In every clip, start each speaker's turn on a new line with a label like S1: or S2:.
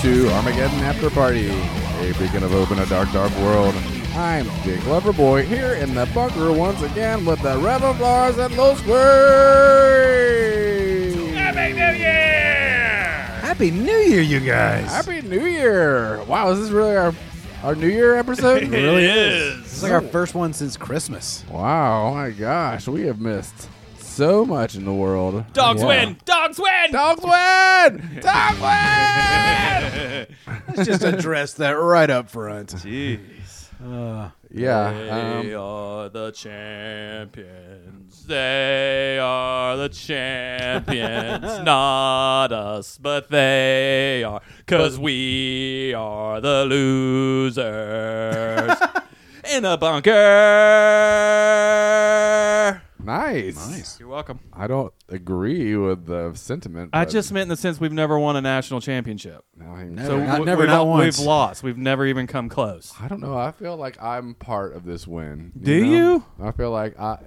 S1: to Armageddon After Party, a beacon of hope in a dark, dark world. I'm Jake Loverboy here in the bunker once again with the Reverend Flowers and Los Squares.
S2: Happy New Year, you guys.
S1: Happy New Year! Wow, is this really our our New Year episode?
S2: really is.
S3: It's like our first one since Christmas.
S1: Wow, oh my gosh, we have missed so much in the world.
S4: Dogs
S1: Wow.
S4: win! Dogs win!
S1: Dogs win! Dogs win!
S3: Let's just address that right up front.
S4: Jeez.
S1: yeah. um,
S4: They are the champions. They are the champions. Not us, but they are. Because we are the losers. In a bunker.
S1: Nice.
S4: You're welcome.
S1: I don't agree with the sentiment.
S4: I
S1: but
S4: just meant in the sense we've never won a national championship.
S1: now I'm-
S3: No.
S4: So
S3: Never, not-
S4: we-
S3: never,
S4: we've,
S3: not
S4: al-
S3: once.
S4: We've lost. We've never even come close.
S1: I don't know. I feel like I'm part of this win.
S4: Do
S1: know? I feel like I.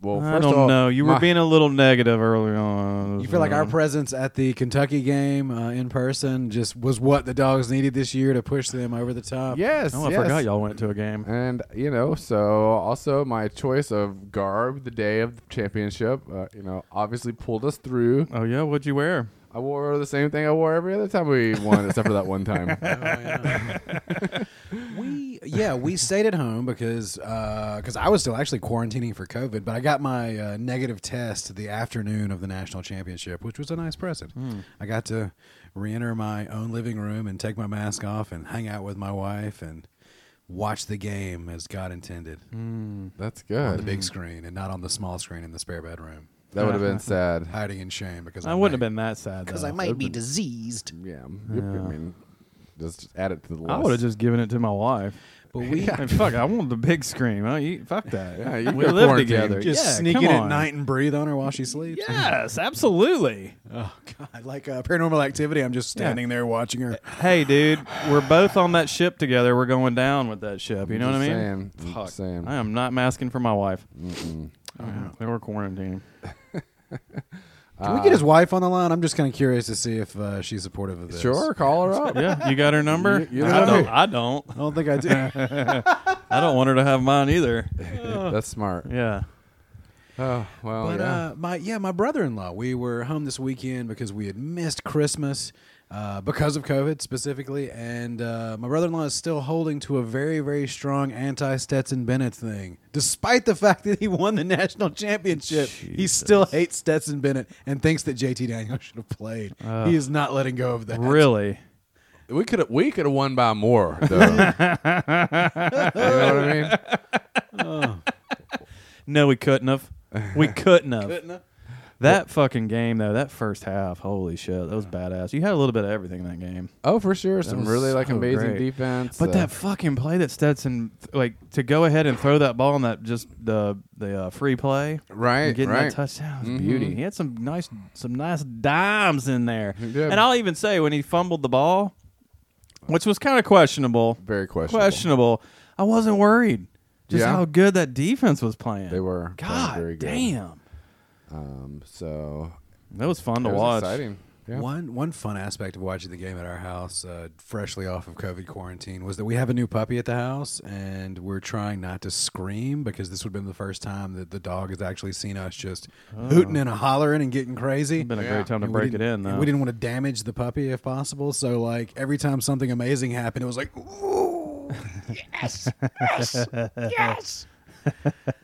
S1: Well, first
S4: I don't
S1: of all,
S4: know. You
S1: my-
S4: were being a little negative earlier on.
S3: You feel like our presence at the Kentucky game uh, in person just was what the dogs needed this year to push them over the top.
S1: Yes.
S4: Oh, I
S1: yes.
S4: forgot y'all went to a game.
S1: And you know, so also my choice of garb the day of the championship, uh, you know, obviously pulled us through.
S4: Oh yeah, what'd you wear?
S1: I wore the same thing I wore every other time we won, except for that one time.
S3: We yeah we stayed at home because because I was still actually quarantining for COVID, but I got my uh, negative test the afternoon of the national championship, which was a nice present.
S4: Hmm.
S3: I got to re-enter my own living room and take my mask off and hang out with my wife and watch the game as God intended
S4: Hmm.
S1: That's
S3: on the
S1: good.
S3: big screen and not on the small screen in the spare bedroom,
S1: That would have been sad.
S3: hiding in shame because
S4: I wouldn't have been that sad because I might.
S1: Yeah. I mean, just just add it to the list.
S4: I would have just given it to my wife.
S3: But we
S4: I mean, fuck, I want the big screen. Huh? You, fuck that.
S1: Yeah, you
S4: we
S1: could
S4: live
S1: quarantine.
S4: together.
S3: just
S4: yeah,
S3: sneak
S4: come
S3: in at
S4: on.
S3: night and breathe on her while she sleeps.
S4: Yes, absolutely.
S3: Oh God! Like uh, paranormal activity, I'm just standing there watching her.
S4: Hey, dude, we're both on that ship together. We're going down with that ship. You know
S1: Just
S4: what I mean?
S1: saying. I'm
S4: Fuck.
S1: just saying.
S4: I am not masking for my wife. Oh, They were quarantining.
S1: Uh,
S3: Can we get his wife on the line? I'm just kind of curious to see if uh, she's supportive of this.
S1: Sure, call her up.
S4: Yeah, you got her number?
S1: You- you
S4: I
S1: know
S4: don't.
S1: me.
S4: I don't.
S3: I don't think I do.
S4: I don't want her to have mine either.
S1: That's smart.
S4: Yeah.
S1: Oh well,
S3: but
S1: yeah.
S3: uh, my yeah, my brother-in-law. We were home this weekend because we had missed Christmas uh, because of COVID specifically, and uh, my brother-in-law is still holding to a very very strong anti-Stetson Bennett thing, despite the fact that he won the national championship. He still hates Stetson Bennett and thinks that JT Daniels should have played.
S1: Uh,
S3: he is not letting go of that.
S4: Really?
S1: we could have we could have won by more. Though. you know what I mean?
S4: No, we couldn't have. We couldn't have. That fucking game though, that first half, holy shit, that was badass. You had a little bit of everything in that game.
S1: Oh, for sure, some
S4: was
S1: really like
S4: so
S1: amazing
S4: great.
S1: defense.
S4: But
S1: uh,
S4: that fucking play that Stetson like to go ahead and throw that ball in that just the the uh, free play,
S1: Right,
S4: And getting
S1: right.
S4: that touchdown was
S1: Mhm.
S4: beauty. He had some nice some nice dimes in there,
S1: did.
S4: and I'll even say when he fumbled the ball, which was kind of questionable,
S1: very questionable.
S4: questionable. I wasn't worried. Just
S1: Yeah.
S4: how good that defense was playing.
S1: They were playing
S4: God
S1: very good.
S4: damn.
S1: Um, so
S4: That was fun to
S1: it was
S4: watch.
S1: exciting. Yeah.
S3: One one fun aspect of watching the game at our house, uh, freshly off of COVID quarantine, was that we have a new puppy at the house, and we're trying not to scream because this would have been the first time that the dog has actually seen us just hooting and hollering and getting crazy.
S4: Oh. Been a
S1: Yeah.
S4: great time to
S3: And we
S4: break it
S3: didn't-
S4: in, though.
S3: and We didn't want to damage the puppy if possible, so like every time something amazing happened, it was like, "Ooh, yes, yes, yes!"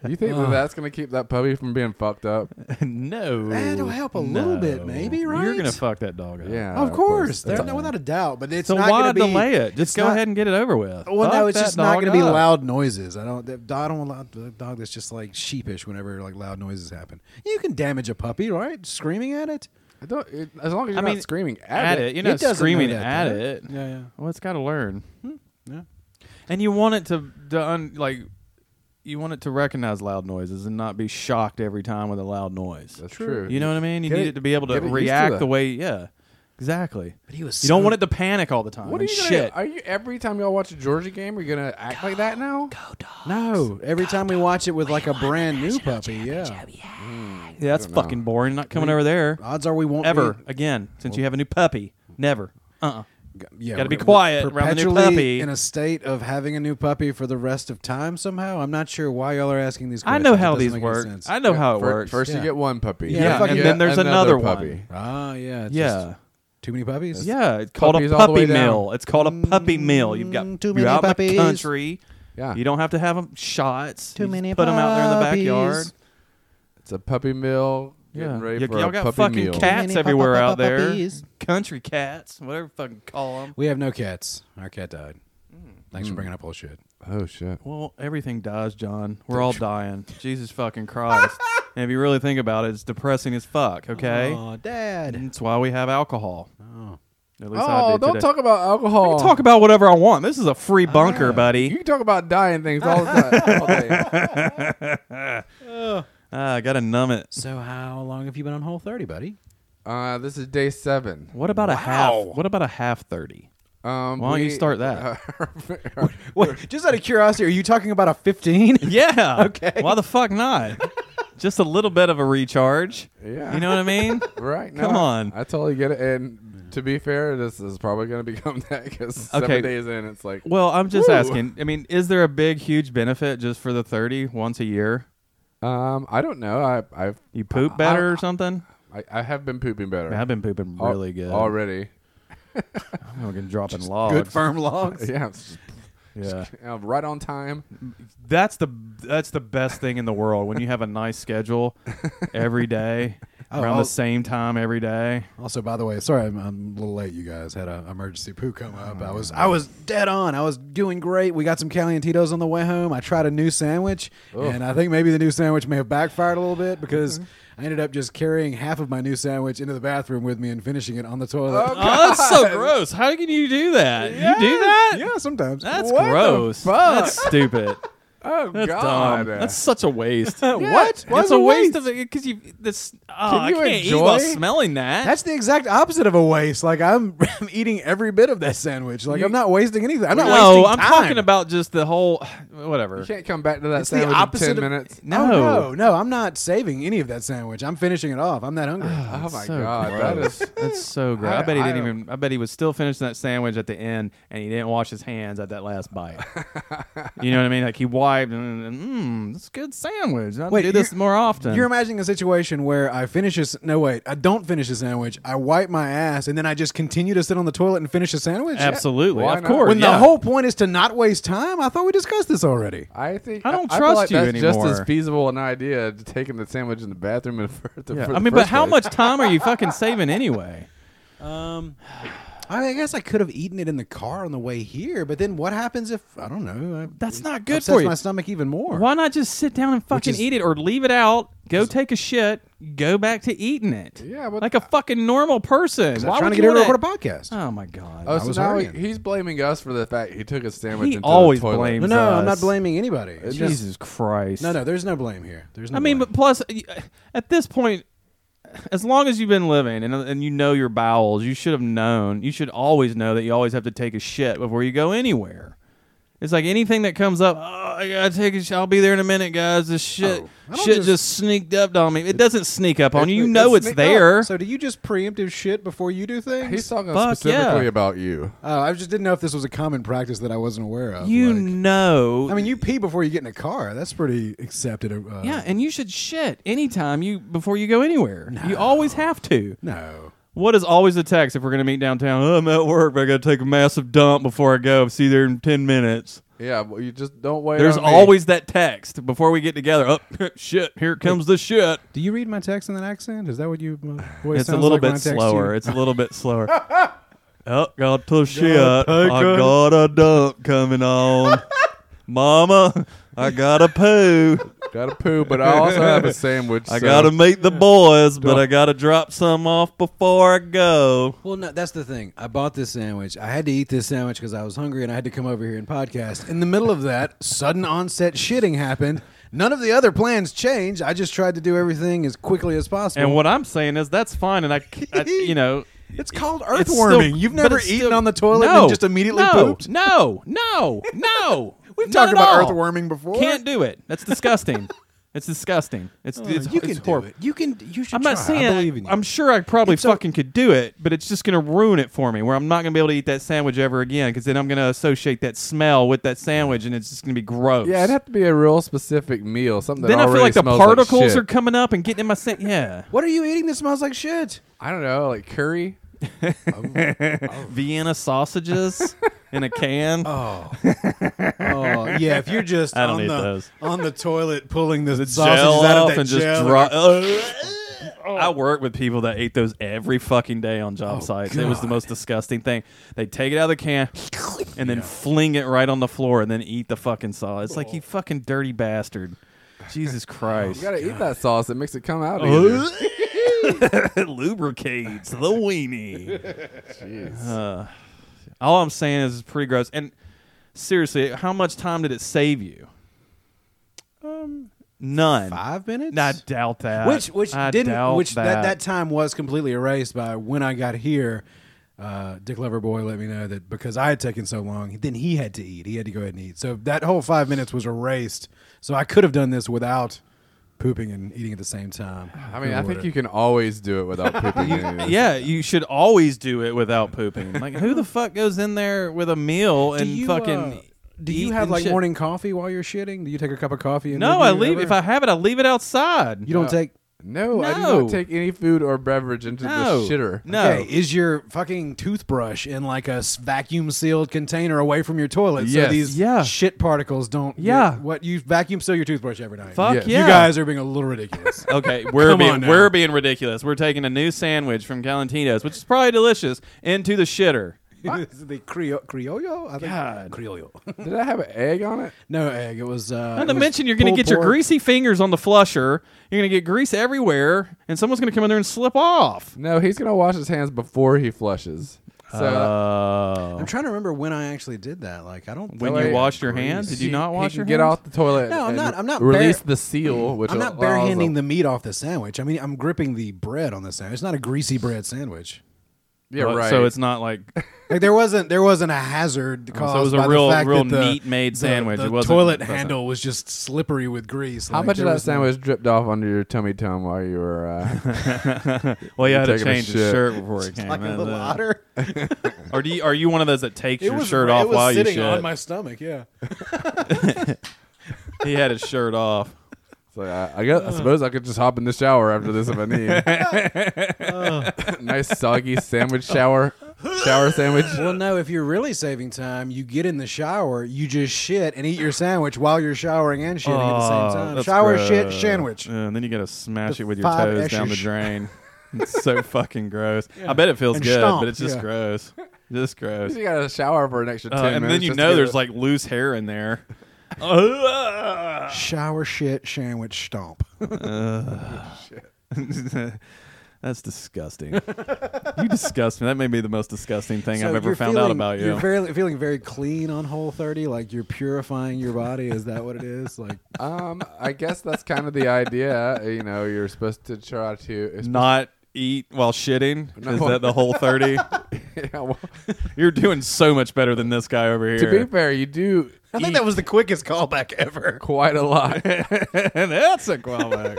S1: You think that that's gonna keep that puppy from being fucked up?
S4: no,
S3: That'll help a little bit, maybe,
S4: You're
S3: right?
S4: gonna fuck that dog up.
S1: Yeah,
S3: of course,
S1: That's
S3: there, no, without a doubt. But it's
S4: So
S3: not
S4: why
S3: gonna be,
S4: delay it?
S3: it's
S4: Just go
S3: not-
S4: ahead and get it over with.
S3: Well, no,
S4: Fuck
S3: it's
S4: that
S3: just not
S4: dog
S3: going to be
S4: up.
S3: loud noises. I don't. that- I don't allow the dog that's just like sheepish whenever like loud noises happen. You can damage a puppy, right? Screaming at it.
S1: I don't, it, as long as you're
S4: I mean,
S1: not screaming at,
S4: At it,
S3: It
S4: you're not
S3: doesn't know
S4: screaming
S3: that,
S4: at
S3: though.
S4: it.
S3: Yeah, yeah.
S4: Well, it's got to learn,
S3: Yeah.
S4: and you want it to, to un, like, you want it to recognize loud noises and not be shocked every time with a loud noise.
S1: That's true.
S4: You know what I mean? You
S1: Get
S4: need
S1: it-
S4: it, to be able to
S1: get it used to
S4: react
S1: that.
S4: the way, yeah, exactly.
S3: But he was.
S4: You don't want it to panic all the time.
S1: What are
S4: and
S1: you
S4: shit?
S1: Gonna, are you every time y'all watch a Georgia game, are you gonna act like that now?
S3: No. Every time we watch it with like a brand new puppy, yeah.
S4: yeah, that's fucking boring. Not coming over there
S3: Odds are we won't
S4: ever
S3: be-
S4: again since you have a new puppy. Never. Uh. uh
S3: yeah,
S4: Gotta be
S3: we're- we're
S4: quiet around the new
S3: perpetually
S4: puppy.
S3: In a state of having a new puppy for the rest of time somehow. I'm not sure why y'all are asking these
S4: I
S3: questions.
S4: know
S3: It
S4: how
S3: doesn't
S4: these
S3: make any
S4: work.
S3: sense.
S4: I know how it
S1: Fir-
S4: works.
S1: First,
S3: Yeah.
S1: you get one puppy.
S3: Yeah, Yeah, fucking-
S1: you
S3: and then
S1: get
S4: there's another one.
S1: puppy.
S3: Ah, yeah. it's
S4: Yeah.
S3: just Too many puppies?
S4: yeah, it's called a
S1: puppies all the way
S4: puppy
S1: down.
S4: mill. It's called a puppy mill. You've got
S3: Mm, too
S4: you're
S3: many
S4: out in
S3: puppies.
S4: the country.
S1: Yeah,
S4: You don't have to have them shots.
S3: Too
S4: You just
S3: many
S4: Put them out there in the backyard.
S3: puppies.
S1: it's a puppy mill. Getting
S4: Yeah,
S1: ready
S4: Y-
S1: for
S4: y'all
S1: a
S4: got
S1: puppy
S4: fucking
S1: meal.
S4: cats
S3: Many
S4: everywhere out there.
S3: puppies.
S4: Country cats, whatever you fucking call them.
S3: We have no cats. Our cat died. Thanks for bringing up old shit.
S1: Oh shit!
S4: Well, everything dies, John. We're all dying. Jesus fucking Christ. and if you really think about it, it's depressing as fuck. Okay,
S3: Oh, Dad.
S4: that's why we have alcohol.
S3: Oh.
S4: At least I
S1: Oh,
S4: do
S1: don't
S4: today.
S1: talk about
S4: I
S1: alcohol.
S4: Oh. can talk about whatever I want. This is a free bunker,
S1: You
S4: buddy.
S1: can talk about dying things all the time. all day.
S4: Ah, I gotta numb it.
S3: So how long have you been on Whole 30, buddy?
S1: Uh, this is day seven.
S4: What about a half? What about a half thirty?
S1: Um,
S4: Why don't you
S1: we-
S4: start that?
S3: Wait, just out of curiosity, are you talking about a 15?
S4: yeah. Okay. Why the fuck not? Just a little bit of a recharge.
S1: Yeah.
S4: You know what I mean?
S1: Right? No,
S4: Come on.
S1: I totally get it. And to be fair, this is probably going to become that because
S4: Okay.
S1: seven days in, it's like
S4: Well, I'm just
S1: Woo.
S4: asking. I mean, is there a big, huge benefit just for the 30 once a year?
S1: Um, I don't know. I I've
S4: You poop better or something?
S1: I, I have been pooping better.
S4: Man, I've been pooping
S1: Al-
S4: really good.
S1: already.
S4: I'm fucking dropping logs.
S3: Good firm logs.
S1: Yeah, it's
S4: Yeah.
S1: just- uh, right on time.
S4: That's the that's the best thing in the world when you have a nice schedule every day
S3: Oh,
S4: around
S3: I'll-
S4: the same time every day.
S3: Also, by the way, sorry I'm, I'm a little late. You guys had an emergency poo come up. I was I was dead on. I was doing great. We got some Calientitos on the way home. I tried a new sandwich, and I think maybe the new sandwich may have backfired a little bit because I ended up just carrying half of my new sandwich into the bathroom with me and finishing it on the toilet.
S4: Oh, that's so gross. How can you do that? You do that?
S3: yeah, sometimes.
S4: That's
S1: What the
S4: gross.
S1: fuck?
S4: That's stupid.
S1: Oh
S4: That's
S1: God!
S4: dumb. That's such a waste.
S1: what? Why
S4: It's
S1: is
S4: a
S1: it
S4: waste of it because you. This. Oh,
S1: Can you
S4: I can't eat while
S1: enjoy?
S4: smelling that.
S3: That's the exact opposite of a waste. Like I'm, I'm eating every bit of that sandwich. Like I'm not wasting anything. I'm not
S4: no,
S3: wasting
S4: I'm
S3: time.
S4: talking about just the whole. Whatever. Oh,
S1: You can't come back to that
S3: It's the
S1: sandwich
S3: opposite
S1: in ten
S3: of-
S1: minutes.
S3: No, no, no, I'm not saving any of that sandwich. I'm finishing it off. I'm that hungry.
S1: Oh my
S4: so
S1: God! That
S4: gross.
S1: is
S4: That's so gross. I,
S1: I-
S4: bet he
S1: I-
S4: didn't even. I bet he was still finishing that sandwich at the end, and he didn't wash his hands at that last bite. you know what I mean? Like he wiped, and and, mm, that's a good sandwich. I
S3: Wait,
S4: do this
S3: you're-
S4: more often.
S3: You're imagining a situation where I finish this. No, wait, I don't finish the sandwich. I wipe my ass and then I just continue to sit on the toilet and finish the sandwich.
S4: Absolutely,
S1: Why
S4: of
S1: not?
S4: course.
S3: When
S4: yeah.
S3: the whole point is to not waste time. I thought we discussed this already.
S1: I think
S4: I don't
S1: I,
S4: trust
S1: I feel
S4: you
S1: like that's Just
S4: anymore.
S1: as feasible an idea to taking the sandwich in the bathroom and for the,
S4: Yeah.
S1: for
S4: I
S1: the
S4: mean, but
S1: first
S4: how
S1: place.
S4: much time are you fucking saving anyway?
S3: I, mean, I guess I could have eaten it in the car on the way here, but then what happens if I don't know? I,
S4: That's not good
S3: upsets
S4: for you.
S3: my stomach even more.
S4: Why not just sit down and fucking
S3: is-
S4: eat it, or leave it out, go take a shit, go back to eating it?
S1: Yeah, but-
S4: like a fucking normal person.
S3: I'm
S4: Why
S3: trying
S4: would
S3: to get
S4: you
S3: her to
S4: wanna-
S3: record a podcast.
S4: Oh my god.
S1: Oh,
S3: I was
S1: so now he,
S3: hurrying.
S1: he's blaming us for the fact he took his sandwich.
S4: He
S1: into
S4: always
S1: the toilet.
S4: blames-
S3: no, no, I'm not
S4: Jesus.
S3: blaming anybody. It's just-
S4: Jesus Christ.
S3: no, no, there's no blame here. There's no.
S4: I mean,
S3: blame.
S4: but plus, y- at this point, as long as you've been living and, and you know your bowels, you should have known. You should always know that you always have to take a shit before you go anywhere. It's like anything that comes up. Oh, I gotta take a sh- I'll be there in a minute, guys. This shit,
S3: Oh, I don't
S4: shit just,
S3: just-
S4: sneaked up on me. It, doesn't sneak up on
S1: it-
S4: you. You
S1: it
S4: know it's
S1: sneaked up.
S4: there.
S3: so do you just preemptive shit before you do things?
S1: He's talking
S4: Fuck
S1: specifically
S4: yeah.
S1: about you.
S3: Oh, I just didn't know if this was a common practice that I wasn't aware of.
S4: you
S3: like-
S4: know.
S3: I mean, you pee before you get in a car. That's pretty accepted. Uh,
S4: yeah, and you should shit anytime you before you go anywhere. You always have to.
S3: no.
S4: What is always the text if we're gonna meet downtown? Oh, I'm at work, but I gotta take a massive dump before I go. See you there in ten minutes.
S1: Yeah, well, you just don't wait.
S4: There's
S1: on me.
S4: always that text before we get together. Oh shit, here comes the shit.
S3: Do you read my text in that accent? Is that what you? Uh, what it
S4: It's a
S3: sounds
S4: little
S3: like when I
S4: bit
S3: text you?
S4: slower. It's a little bit slower. Oh, got the shit. I got a dump coming on. Mama, I gotta poo.
S1: gotta poo, but I also have a sandwich.
S4: I
S1: so-
S4: gotta meet the boys, but I gotta drop some off before I go.
S3: Well, no, that's the thing. I bought this sandwich. I had to eat this sandwich because I was hungry and I had to come over here and podcast. In the middle of that, sudden onset shitting happened. None of the other plans changed. I just tried to do everything as quickly as possible.
S4: And what I'm saying is that's fine, and I, c- I- you know,
S3: It's called
S4: It's still-
S3: earthworming. You've
S4: but
S3: never
S4: it's
S3: eaten
S4: still-
S3: on the toilet
S4: No,
S3: and just immediately
S4: no,
S3: pooped.
S4: No, no, no, no. Not
S3: We've talked
S4: at
S3: about
S4: all.
S3: earthworming before.
S4: Can't do it. That's disgusting. It's disgusting. It's it's,
S3: Oh, you
S4: it's
S3: can
S4: horrible.
S3: do it. You can. You should.
S4: I'm not
S3: try.
S4: saying
S3: I
S4: I
S3: believe in you.
S4: am sure I probably
S3: It's o-
S4: fucking could do it, but it's just gonna ruin it for me. Where I'm not gonna be able to eat that sandwich ever again because then I'm gonna associate that smell with that sandwich, and it's just gonna be gross.
S1: Yeah, it'd have to be a real specific meal. Something that
S4: then I feel
S1: already
S4: like the
S1: smells
S4: particles
S1: like shit.
S4: are coming up and getting in my sand. Yeah,
S3: What are you eating that smells like shit?
S1: I don't know, like curry.
S4: Vienna sausages in a can.
S3: Oh, oh yeah. If you're just
S4: I don't
S3: on
S4: eat
S3: the
S4: those.
S3: on the toilet pulling the, sausages
S4: Gel
S3: out of
S4: off
S3: that Oh.
S4: and just
S3: gel.
S4: dry. I worked with people that ate those every fucking day on job
S3: Oh,
S4: sites. It was the most disgusting thing. They take it out of the can and then fling it right on the floor and then eat the fucking saw. It's like you
S3: Oh.
S4: fucking dirty bastard. Jesus
S1: You
S4: Christ.
S1: gotta eat that sauce. It makes it come out. easier.
S4: Lubricates the weenie. Uh, all I'm saying is it's pretty gross. And seriously, how much time did it save you? Um, none.
S3: Five minutes.
S4: I doubt that.
S3: which which
S4: I doubt
S3: didn't which that.
S4: that
S3: that time was completely erased by when I got here. Uh, Dick Leverboy let me know that because I had taken so long, then he had to eat. He had to go ahead and eat. So that whole five minutes was erased. So I could have done this without pooping and eating at the same time.
S1: I mean, I think you can always do it without pooping. anything.
S4: Yeah, you should always do it without pooping. Like, who the fuck goes in there with a meal and fucking?
S3: uh, do you
S4: eat
S3: have
S4: and
S3: like
S4: shit?
S3: morning coffee while you're shitting? Do you take a cup of coffee? And
S4: No, I leave. If I have it, I leave it outside.
S3: you don't take.
S1: No, I do
S4: No.
S1: not take any food or beverage into
S4: no
S1: the shitter.
S4: No,
S3: Okay, is your fucking toothbrush in like a vacuum sealed container away from your toilet
S1: Yes.
S3: so these
S4: Yeah.
S3: shit particles don't?
S4: Yeah.
S3: what you vacuum seal your toothbrush every night?
S4: fuck yeah.
S1: Yeah.
S3: You guys are being a little ridiculous.
S4: Okay, we're
S3: Come
S4: being
S3: on now.
S4: we're being ridiculous. We're taking a new sandwich from Galantino's, which is probably delicious, into the shitter.
S3: Is it the Creo- Criollo, I think.
S4: God.
S3: Criollo.
S1: Did I have an egg on it?
S3: no egg. It was. Uh,
S4: Not
S3: it
S4: to
S3: was
S4: mention, you're going to
S3: pulled
S4: get your
S3: pork.
S4: greasy fingers on the flusher. You're going to get grease everywhere, and someone's going to come in there and slip off.
S1: No, he's gonna wash his hands before he flushes. So
S4: Oh.
S3: I'm trying to remember when I actually did that. Like, I don't.
S4: when
S1: Wait,
S4: you washed your hands,
S1: Grease.
S4: did you not
S1: he
S4: wash
S1: can
S4: your
S1: get
S4: hands?
S1: off the toilet.
S3: No, I'm
S1: and
S3: not- I'm not
S1: Release
S3: bare-
S1: the seal, which
S3: I'm not barehanding the meat off the sandwich. I mean, I'm gripping the bread on the sandwich. It's not a greasy bread sandwich.
S1: Yeah,
S4: Well,
S1: right.
S4: So it's not like
S3: Like there wasn't there wasn't a hazard caused.
S4: Oh, was a
S3: by the
S4: real-
S3: fact
S4: real
S3: that the-
S4: neat-made
S3: the-
S4: sandwich.
S3: The
S4: It wasn't-
S3: toilet
S4: wasn't-
S3: handle was just slippery with grease.
S1: how
S3: Like,
S1: much of
S3: there
S1: that
S3: was no-
S1: sandwich dripped off under your tummy tum while you were? Uh,
S4: well, you had to
S1: taking a
S4: change his
S1: shit.
S4: shirt before it came.
S3: Like a
S4: out.
S3: little otter.
S4: Or do you, are you one of those that takes
S3: It
S4: your
S3: was
S4: shirt
S3: it
S4: off
S3: was
S4: while you
S3: sitting
S4: shit?
S3: on my stomach. Yeah.
S4: he had his shirt off.
S1: so I, I
S4: Uh.
S1: guess I suppose I could just hop in the shower after this if I need. nice soggy sandwich shower, shower sandwich.
S3: Well, no. If you're really saving time, you get in the shower, you just shit and eat your sandwich while you're showering and shitting at the same time. Shower, shit, sandwich.
S4: Yeah, and then you got to smash
S3: The
S4: it with your
S3: five
S4: toes down the
S3: S's.
S4: drain. it's so fucking gross. I bet it feels
S3: And
S4: good,
S3: stomp,
S4: but it's just
S3: yeah.
S4: gross. Just gross.
S1: You got to shower for an extra
S4: Uh,
S1: ten minutes.
S4: and then you
S1: just to
S4: know
S1: get
S4: there's
S1: a-
S4: like loose hair in there. Ugh.
S3: Shower, shit, sandwich, stomp.
S4: That's disgusting. you disgust me. That may be the most disgusting thing
S3: So
S4: I've ever
S3: you're
S4: found out
S3: feeling-
S4: about you.
S3: You're very, feeling very clean on Whole 30. Like you're purifying your body. Is that what it is? Like
S1: Um, I guess that's kind of the idea. You know, you're supposed to try to you're supposed-
S4: Not eat while shitting. Is
S1: No.
S4: that the whole thirty?
S1: Yeah, well,
S4: You're doing so much better than this guy over
S1: to be
S4: here.
S1: fair, you do
S3: I think that was the quickest callback ever.
S1: quite a lot.
S4: and that's a callback.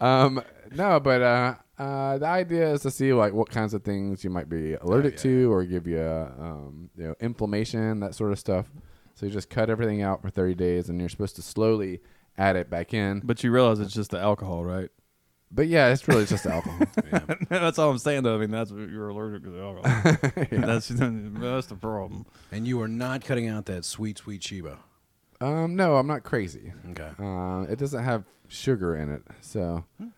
S1: Um, no, but uh, uh, the idea is to see like what kinds of things you might be allergic to, or give you uh, um, you know inflammation, that sort of stuff. So you just cut everything out for 30 days, and you're supposed to slowly add it back in. But,
S4: but you realize it's just the alcohol, right?
S1: yeah, it's really just alcohol.
S4: that's all I'm saying, though. I mean, that's what you're allergic to the alcohol. That's that's the problem.
S3: And you are not cutting out that sweet, sweet Chiba.
S1: um, no, I'm not crazy.
S3: Okay.
S1: Um, it doesn't have sugar in it, so
S4: Hmm.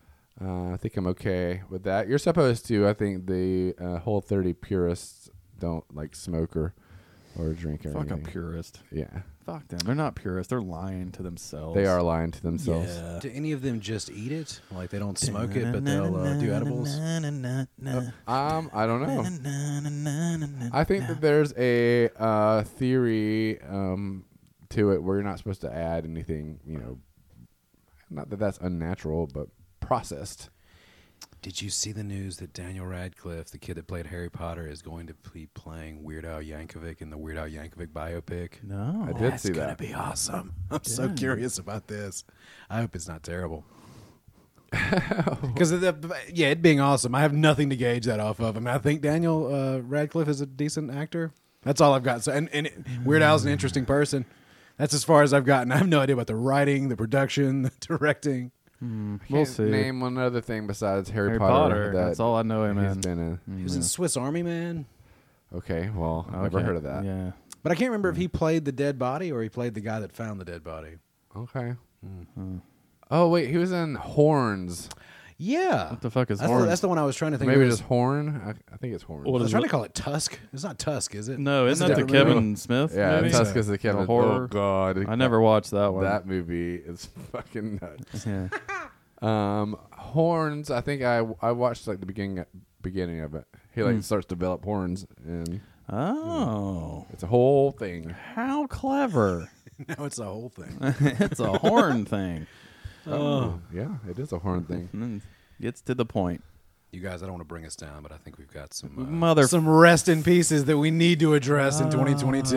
S1: uh, I think I'm okay with that. You're supposed to. I think the uh, whole 30 purists don't like smoke or or drink or
S4: Fuck a
S1: anything.
S4: purist.
S1: yeah,
S4: Fuck them. They're not purists. They're lying to themselves.
S1: they are lying to themselves.
S3: Do any of them just eat it? Like they don't smoke it, but they'll uh, do edibles.
S1: Um, I don't know. I think that there's a uh, theory um, to it where you're not supposed to add anything. You know, not that that's unnatural, but processed.
S3: Did you see the news that Daniel Radcliffe, the kid that played Harry Potter, is going to be playing Weird Al Yankovic in the Weird Al Yankovic biopic?
S4: No.
S1: I did
S3: That's
S1: see
S3: gonna
S1: that.
S3: be awesome. I'm so curious about this. I hope it's not terrible. Because yeah, it being awesome, I have nothing to gauge that off of. I mean, I think Daniel uh, Radcliffe is a decent actor. That's all I've got. So, and, and it- Weird Al's an interesting person. That's as far as I've gotten. I have no idea about the writing, the production, the directing.
S4: Hmm, We'll
S1: Can't
S4: see.
S1: Name one other thing besides Harry,
S4: Harry Potter.
S1: that
S4: That's all Hmm. I know him
S1: he's
S4: in.
S1: been in.
S3: He was in Swiss Army Man,
S1: Okay, well, never
S4: Okay.
S1: heard of that.
S4: Yeah.
S3: but I can't remember if he played the dead body or he played the guy that found the dead body.
S1: Okay.
S4: Hmm.
S1: Oh wait, he was in Horns.
S3: Yeah,
S4: What the fuck is
S3: that's the,
S4: Orange?
S3: that's the one I was trying to think.
S1: Maybe
S3: of.
S1: just Horn. I, I think it's Horn.
S3: I
S5: What
S3: was
S5: is
S3: trying to
S5: it?
S3: call it Tusk. It's not Tusk, is it?
S5: No,
S3: That's a
S5: isn't that the
S3: different
S5: Kevin
S3: movie.
S5: Smith
S1: yeah,
S5: movie?
S1: Tusk is the kid.
S5: The
S1: of-
S5: horror.
S1: Oh god,
S4: I never watched that one.
S1: That movie is fucking nuts.
S4: Yeah.
S1: Um, Horns. I think I I watched like the beginning beginning of it. He
S4: Hmm.
S1: like starts to develop horns, and
S4: Oh,
S1: it's a whole thing.
S4: how clever!
S3: No, it's the whole thing.
S4: it's a horn thing. Oh.
S1: Oh, Yeah, it is a horn thing.
S4: Mm, Gets to the point.
S3: You guys, I don't want to bring us down, but I think we've got some uh,
S4: Mother- Uh,
S3: some rest in pieces that we need to address in 2022.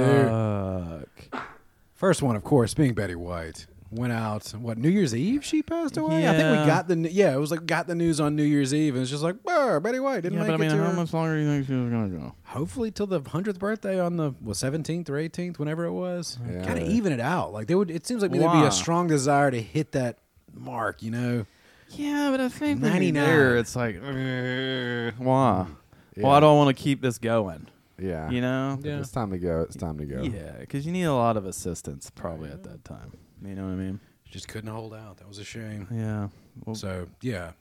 S4: Fuck.
S3: First one, of course, being Betty White went out. What New Year's Eve she passed away? I think
S4: Yeah.
S3: we got the n- yeah. It was like got the news on New Year's Eve, and it's just like, "Brr, Betty White didn't
S4: Yeah,
S3: make
S4: but I
S3: it
S4: mean,
S3: to
S4: how
S3: her-
S4: much longer do you think she was gonna go?
S3: Hopefully till the hundredth birthday on the well seventeenth or eighteenth, whenever it was.
S1: Yeah.
S3: Kind of even it out. Like they would. It seems like there'd be
S4: Why?
S3: a strong desire to hit that mark. You know.
S4: Yeah, but I think when you're
S3: 99.
S4: there, It's like, uh, why? Why do I want to keep this going?
S1: Yeah,
S4: You know?
S1: If It's time to go. It's time to go.
S4: Yeah, because Ah. you need a lot of assistance probably at that time. You know what I mean?
S3: Just couldn't hold out. That was a shame.
S4: Yeah. Well,
S3: So yeah,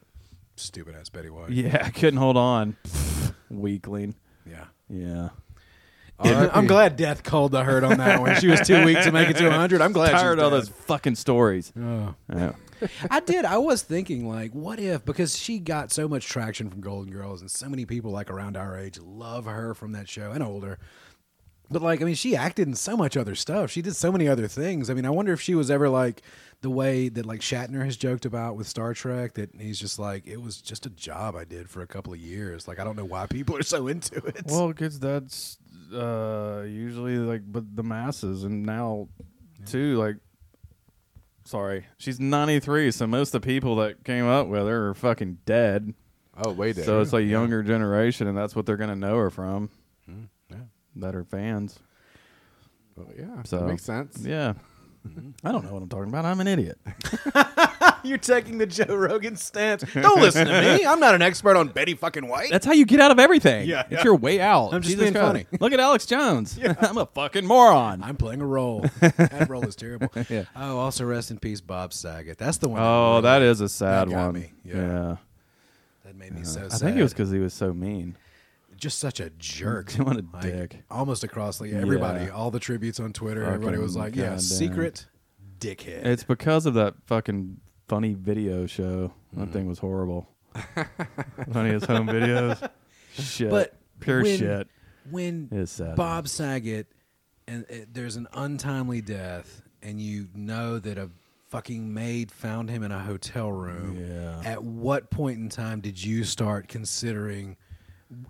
S3: stupid ass Betty White.
S4: yeah, I couldn't hold on. Weakling.
S3: Yeah.
S4: Yeah.
S3: I'm glad Death called the herd on that one. She was too weak to make it to 100. I'm glad.
S4: Tired of
S3: she's
S4: all
S3: dead.
S4: those fucking stories. Yeah.
S3: I did. I was thinking, like, what if because she got so much traction from Golden Girls, and so many people like around our age love her from that show and older. But like, I mean, she acted in so much other stuff. She did so many other things. I mean, I wonder if she was ever like the way that like Shatner has joked about with Star Trek that he's just like it was just a job I did for a couple of years. Like, I don't know why people are so into it.
S4: Well, because that's uh, usually like, but the masses, and now too, like, sorry, she's 93, so most of the people that came up with her are fucking dead.
S1: Oh, wait.
S4: So it's like younger generation, and that's what they're gonna know her from.
S3: Mm-hmm.
S4: That are fans.
S1: Oh, yeah,
S4: So-
S1: that makes sense.
S4: Yeah.
S3: Mm-hmm.
S4: I don't know what I'm talking about. I'm an idiot.
S3: You're taking the Joe Rogan stance. Don't listen to me. I'm not an expert on Betty fucking White.
S4: That's how you get out of everything.
S3: Yeah,
S4: it's
S3: yeah.
S4: your way out.
S3: I'm just being funny.
S4: Look at Alex Jones. I'm a fucking moron.
S3: I'm playing a role. that role is terrible.
S4: Yeah.
S3: Oh, also rest in peace, Bob Saget. That's the one.
S4: Oh,
S3: that,
S4: that is a sad
S3: got
S4: one.
S3: me. Yeah. that made me so
S4: Uh-huh. I
S3: sad.
S4: think it was because he was so mean.
S3: just such a jerk.
S4: What a
S3: Like,
S4: dick.
S3: Almost across like everybody, all the tributes on Twitter. everybody was like,
S4: Fucking
S3: "Yeah,
S4: goddamn.
S3: secret dickhead."
S4: It's because of that fucking funny video show. That
S3: Mm-hmm.
S4: thing was horrible. Funniest home videos. Shit.
S3: but
S4: Pure
S3: when,
S4: shit.
S3: When
S4: It is sad.
S3: Bob Saget and uh, there's an untimely death, and you know that a fucking maid found him in a hotel room.
S4: Yeah.
S3: At what point in time did you start considering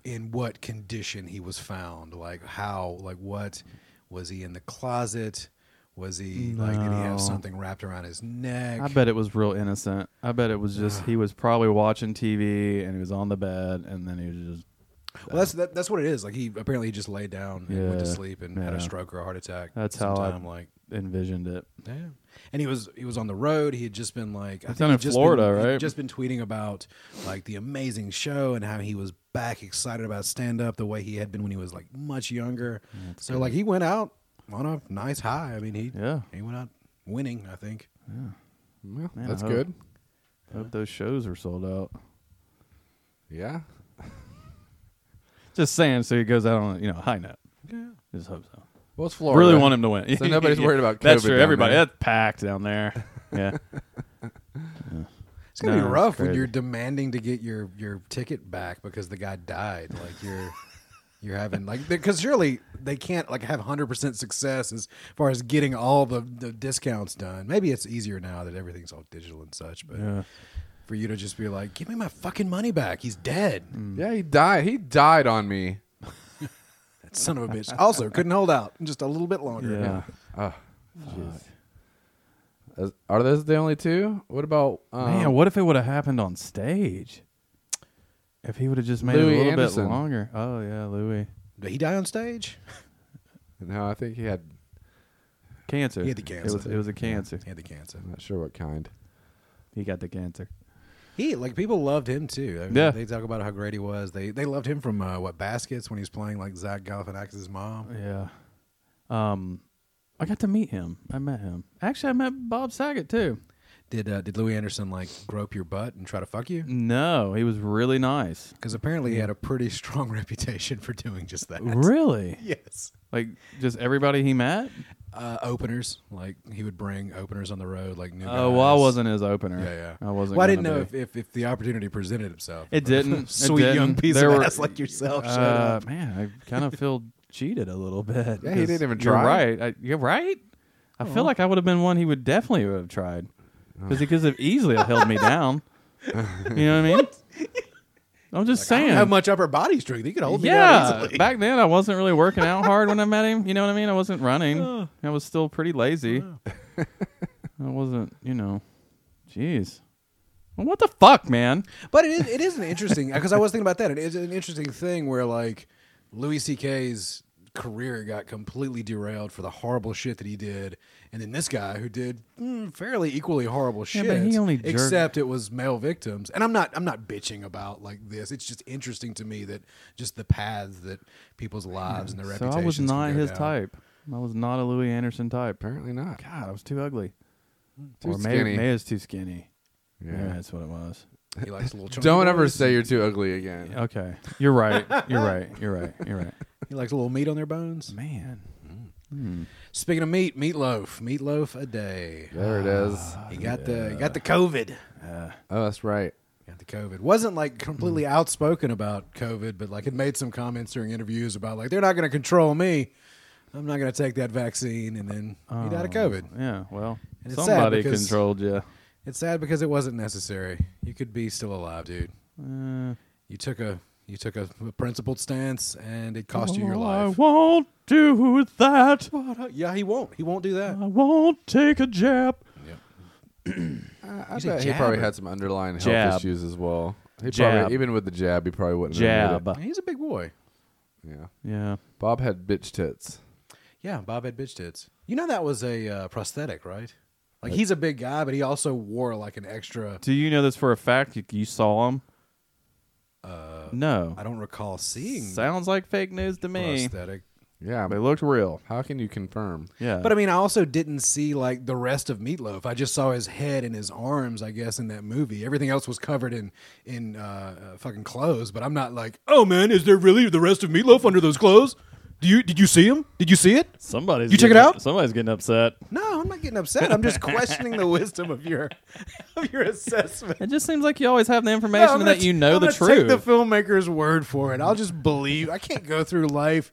S3: in what condition he was found? Like how? Like what? Was he in the closet? Was he like? Did he
S4: No.
S3: have something wrapped around his neck?
S4: I bet it was real innocent. I bet it was just he was probably watching TV and he was on the bed and then he was just
S3: Well, that's that, that's what it is. Like he apparently he just lay down and went to
S4: Yeah,
S3: sleep and had
S4: yeah.
S3: a stroke or a heart attack.
S4: That's how I-
S3: sometime, like
S4: envisioned it.
S3: Yeah. And he was he was on the road. He had just been like I
S4: It's down
S3: he'd
S4: in
S3: just
S4: Florida,
S3: been- he'd
S4: right?
S3: Just been tweeting about like the amazing show and how he was back excited about stand up the way he had been when he was like much younger. so like he went out on a nice high. I mean he
S4: Yeah.
S3: he went out winning. I think.
S1: Well,
S4: Man, I
S1: that's
S4: hope.
S1: good.
S4: Hope those shows are sold out.
S1: Yeah.
S4: Just saying, so he goes out on you know a high note. Yeah, just hope so.
S1: Well, it's Florida.
S4: Really want him to win.
S1: So nobody's worried about
S4: That's
S1: COVID
S4: true.
S1: down
S4: Everybody,
S1: there.
S4: that's packed down there. Yeah,
S3: It's
S4: No,
S3: gonna be
S4: it's
S3: rough when
S4: crazy.
S3: you're demanding to get your your ticket back because the guy died. Like you're you're having like because surely they can't like have hundred percent success as far as getting all the, the discounts done. Maybe it's easier now that everything's all digital and such. But
S4: yeah.
S3: for you to just be like, give me my fucking money back. He's dead.
S4: Mm.
S1: Yeah, he died. He died on me.
S3: That son of a bitch. Also, couldn't hold out just a little bit longer.
S4: Yeah.
S1: Oh, jeez. Is- Are those the only two? What about um,
S4: Man, what if it would have happened on stage? If he would have just made
S1: Louis
S4: it a little
S1: Anderson.
S4: bit longer. Oh yeah, Louis.
S3: Did he die on stage?
S1: No, I think he had.
S4: Cancer.
S3: He had the
S4: It was,
S3: cancer.
S4: it was a cancer.
S3: He had the cancer.
S1: I'm not sure what kind.
S4: He got the cancer.
S3: He like people loved him too. I mean,
S4: Yeah.
S3: they talk about how great he was. They they loved him from uh, what Baskets when he was playing like Zach Galifianakis' mom.
S4: Yeah. Um, I got to meet him. I met him. Actually, I met Bob Saget too.
S3: Did uh, did Louis Anderson like grope your butt and try to fuck
S4: Mm.
S3: you?
S4: No, he was really nice.
S3: Because apparently he had a pretty strong reputation for doing just that.
S4: Really?
S3: Yes.
S4: Like just everybody he met.
S3: Uh, openers like he would bring openers on the road like new.
S4: Oh well, I
S3: guys.
S4: wasn't his opener.
S3: Yeah, yeah.
S4: I wasn't.
S3: Well, I didn't
S4: gonna
S3: know
S4: be.
S3: if, if if the opportunity presented itself.
S4: It didn't. It
S3: Sweet young
S4: didn't.
S3: piece
S4: There
S3: of
S4: were-
S3: ass like yourself.
S4: Uh,
S3: shut up.
S4: man, I kind of feel cheated a little bit.
S1: Yeah, he
S4: 'cause
S1: didn't even
S4: you're
S1: try.
S4: right. I, you're right. I feel like I would have been one he would definitely have tried because he could have easily have held me down. You know what I mean? I'm just
S3: I
S4: saying.
S3: don't have much upper body strength. He could hold me down
S4: yeah,
S3: easily.
S4: back then I wasn't really working out hard when I met him. You know what I mean? I wasn't running. I was still pretty lazy. I wasn't, you know. Jeez. Well, what the fuck, man?
S3: But it is it is an interesting because I was thinking about that. It is an interesting thing where like Louis C.K.'s career got completely derailed for the horrible shit that he did, and then this guy who did mm, fairly equally horrible
S4: Yeah,
S3: shit.
S4: but he only jerked-
S3: except it was male victims. And I'm not I'm not bitching about like this. It's just interesting to me that just the paths that people's lives and their
S4: So
S3: reputations.
S4: I was
S3: can
S4: not
S3: go
S4: his
S3: down.
S4: type. I was not a Louis Anderson type.
S1: Apparently not.
S4: God, I was too ugly.
S1: Too
S4: or
S1: skinny.
S4: May, May is too skinny.
S1: Yeah.
S4: Yeah. that's what it was.
S3: He likes little. chunky
S1: Don't ever
S3: boys.
S1: say you're too ugly again.
S4: Okay, you're right. You're right. You're right. You're right.
S3: He likes a little meat on their bones.
S4: Man,
S3: Mm.
S4: Hmm.
S3: Speaking of meat, meatloaf, meatloaf a day.
S1: There it is.
S4: Ah.
S3: He got the he got the COVID.
S1: Oh, that's right.
S3: Got the COVID. Wasn't like
S4: Mm.
S3: completely outspoken about COVID, but like had made some comments during interviews about like they're not going to control me. I'm not going to take that vaccine, and then he died of
S4: Oh.
S3: COVID.
S4: yeah. Well,
S3: And it's sad
S4: somebody
S3: because-
S4: controlled you.
S3: It's sad because it wasn't necessary. You could be still alive, dude.
S4: Uh,
S3: You took a you took a, principled stance, and it cost you your life.
S4: Oh, I won't do that.
S3: Yeah, he won't. He won't do that.
S4: I won't take a jab.
S1: I, I
S3: He's a
S1: bet he probably
S3: jabber.
S1: had some underlying health
S4: Jab.
S1: issues as well. He
S4: Jab.
S1: probably even with the jab, he probably wouldn't. have made
S4: Jab.
S3: He's a big boy.
S1: it. Yeah.
S4: Yeah.
S1: Bob had bitch tits.
S3: Yeah, Bob had bitch tits. You know that was a uh, prosthetic, right? Like he's a big guy, but he also wore like an extra.
S4: Do you know this for a fact? You, you saw him? Uh, no.
S3: I don't recall seeing
S4: Sounds like fake news to me.
S3: prosthetic.
S1: Yeah.
S4: They looked real.
S1: How can you confirm?
S4: Yeah.
S3: But I mean, I also didn't see like the rest of Meatloaf. I just saw his head and his arms, I guess, in that movie. Everything else was covered in in uh, uh, fucking clothes. But I'm not like, oh man, is there really the rest of Meatloaf under those clothes? Do you did you see him? Did you see it?
S4: somebody's
S3: You check it
S4: getting-
S3: out?
S4: Somebody's getting upset.
S3: No, I'm not getting upset. I'm just questioning the wisdom of your of your assessment.
S4: It just seems like you always have the
S3: No,
S4: information
S3: I'm
S4: that
S3: gonna-
S4: you know
S3: I'm
S4: the
S3: gonna Take
S4: truth.
S3: the filmmaker's word for it. I'll just believe. I can't go through life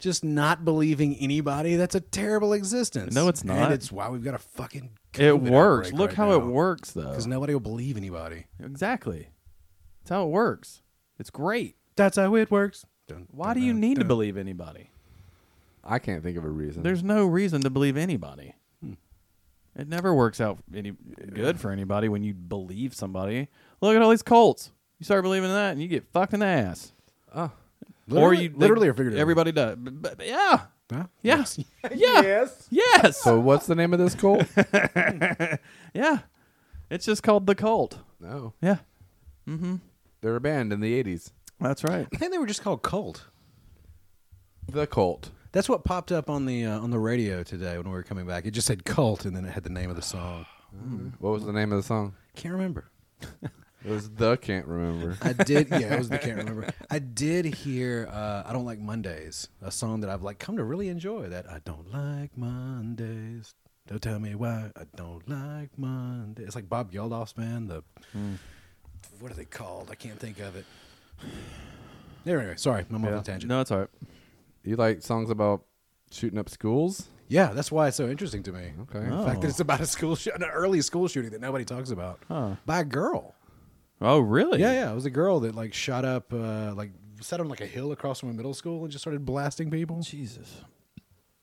S3: just not believing anybody. That's a terrible existence.
S4: No, it's
S3: And
S4: not.
S3: it's why we've got a fucking.
S4: it
S3: COVID
S4: works.
S3: outbreak
S4: Look
S3: right
S4: how it
S3: now.
S4: works, though.
S3: Because nobody will believe anybody.
S4: exactly. That's how it works. It's great.
S3: That's how it works. Dun,
S4: Why do you need to believe anybody?
S1: I can't think of a reason.
S4: Mm. There's no reason to believe anybody.
S3: Hmm.
S4: It never works out any good for anybody when you believe somebody. Look at all these cults. You start believing that, and you get fucked in the ass.
S1: Ah.
S3: Literally,
S4: or you
S3: literally
S4: they-
S3: or figuratively.
S4: Everybody does. But, but- but yeah.
S3: Huh?
S4: Yeah. Yeah. Yes. Yes.
S1: so what's the name of this cult?
S4: Yeah. It's just called the cult.
S1: no.
S4: Yeah.
S1: They're a band in the 80s.
S4: That's right.
S3: I think they were just called cult.
S1: The cult.
S3: That's what popped up on the uh, on the radio today when we were coming back. It just said cult, and then it had the name of the song. Mm-hmm.
S1: What was the name of the song?
S3: Can't remember.
S1: It was The Can't Remember.
S3: I did. Yeah, it was the can't remember. I did hear. Uh, I don't like Mondays. A song that I've like come to really enjoy. That I don't like Mondays. Don't tell me why I don't like Mondays. It's like Bob Geldof's band. The what are they called? I can't think of it. Anyway, sorry, I'm off on a tangent.
S4: No, it's all right.
S1: you like songs about shooting up schools?
S3: Yeah, that's why it's so interesting to me.
S1: Okay.
S3: The fact that it's about a school, sh- an early school shooting that nobody talks about by a girl.
S4: Oh, really?
S3: Yeah, yeah. It was a girl that like shot up, uh, like sat on like a hill across from a middle school and just started blasting people.
S4: Jesus.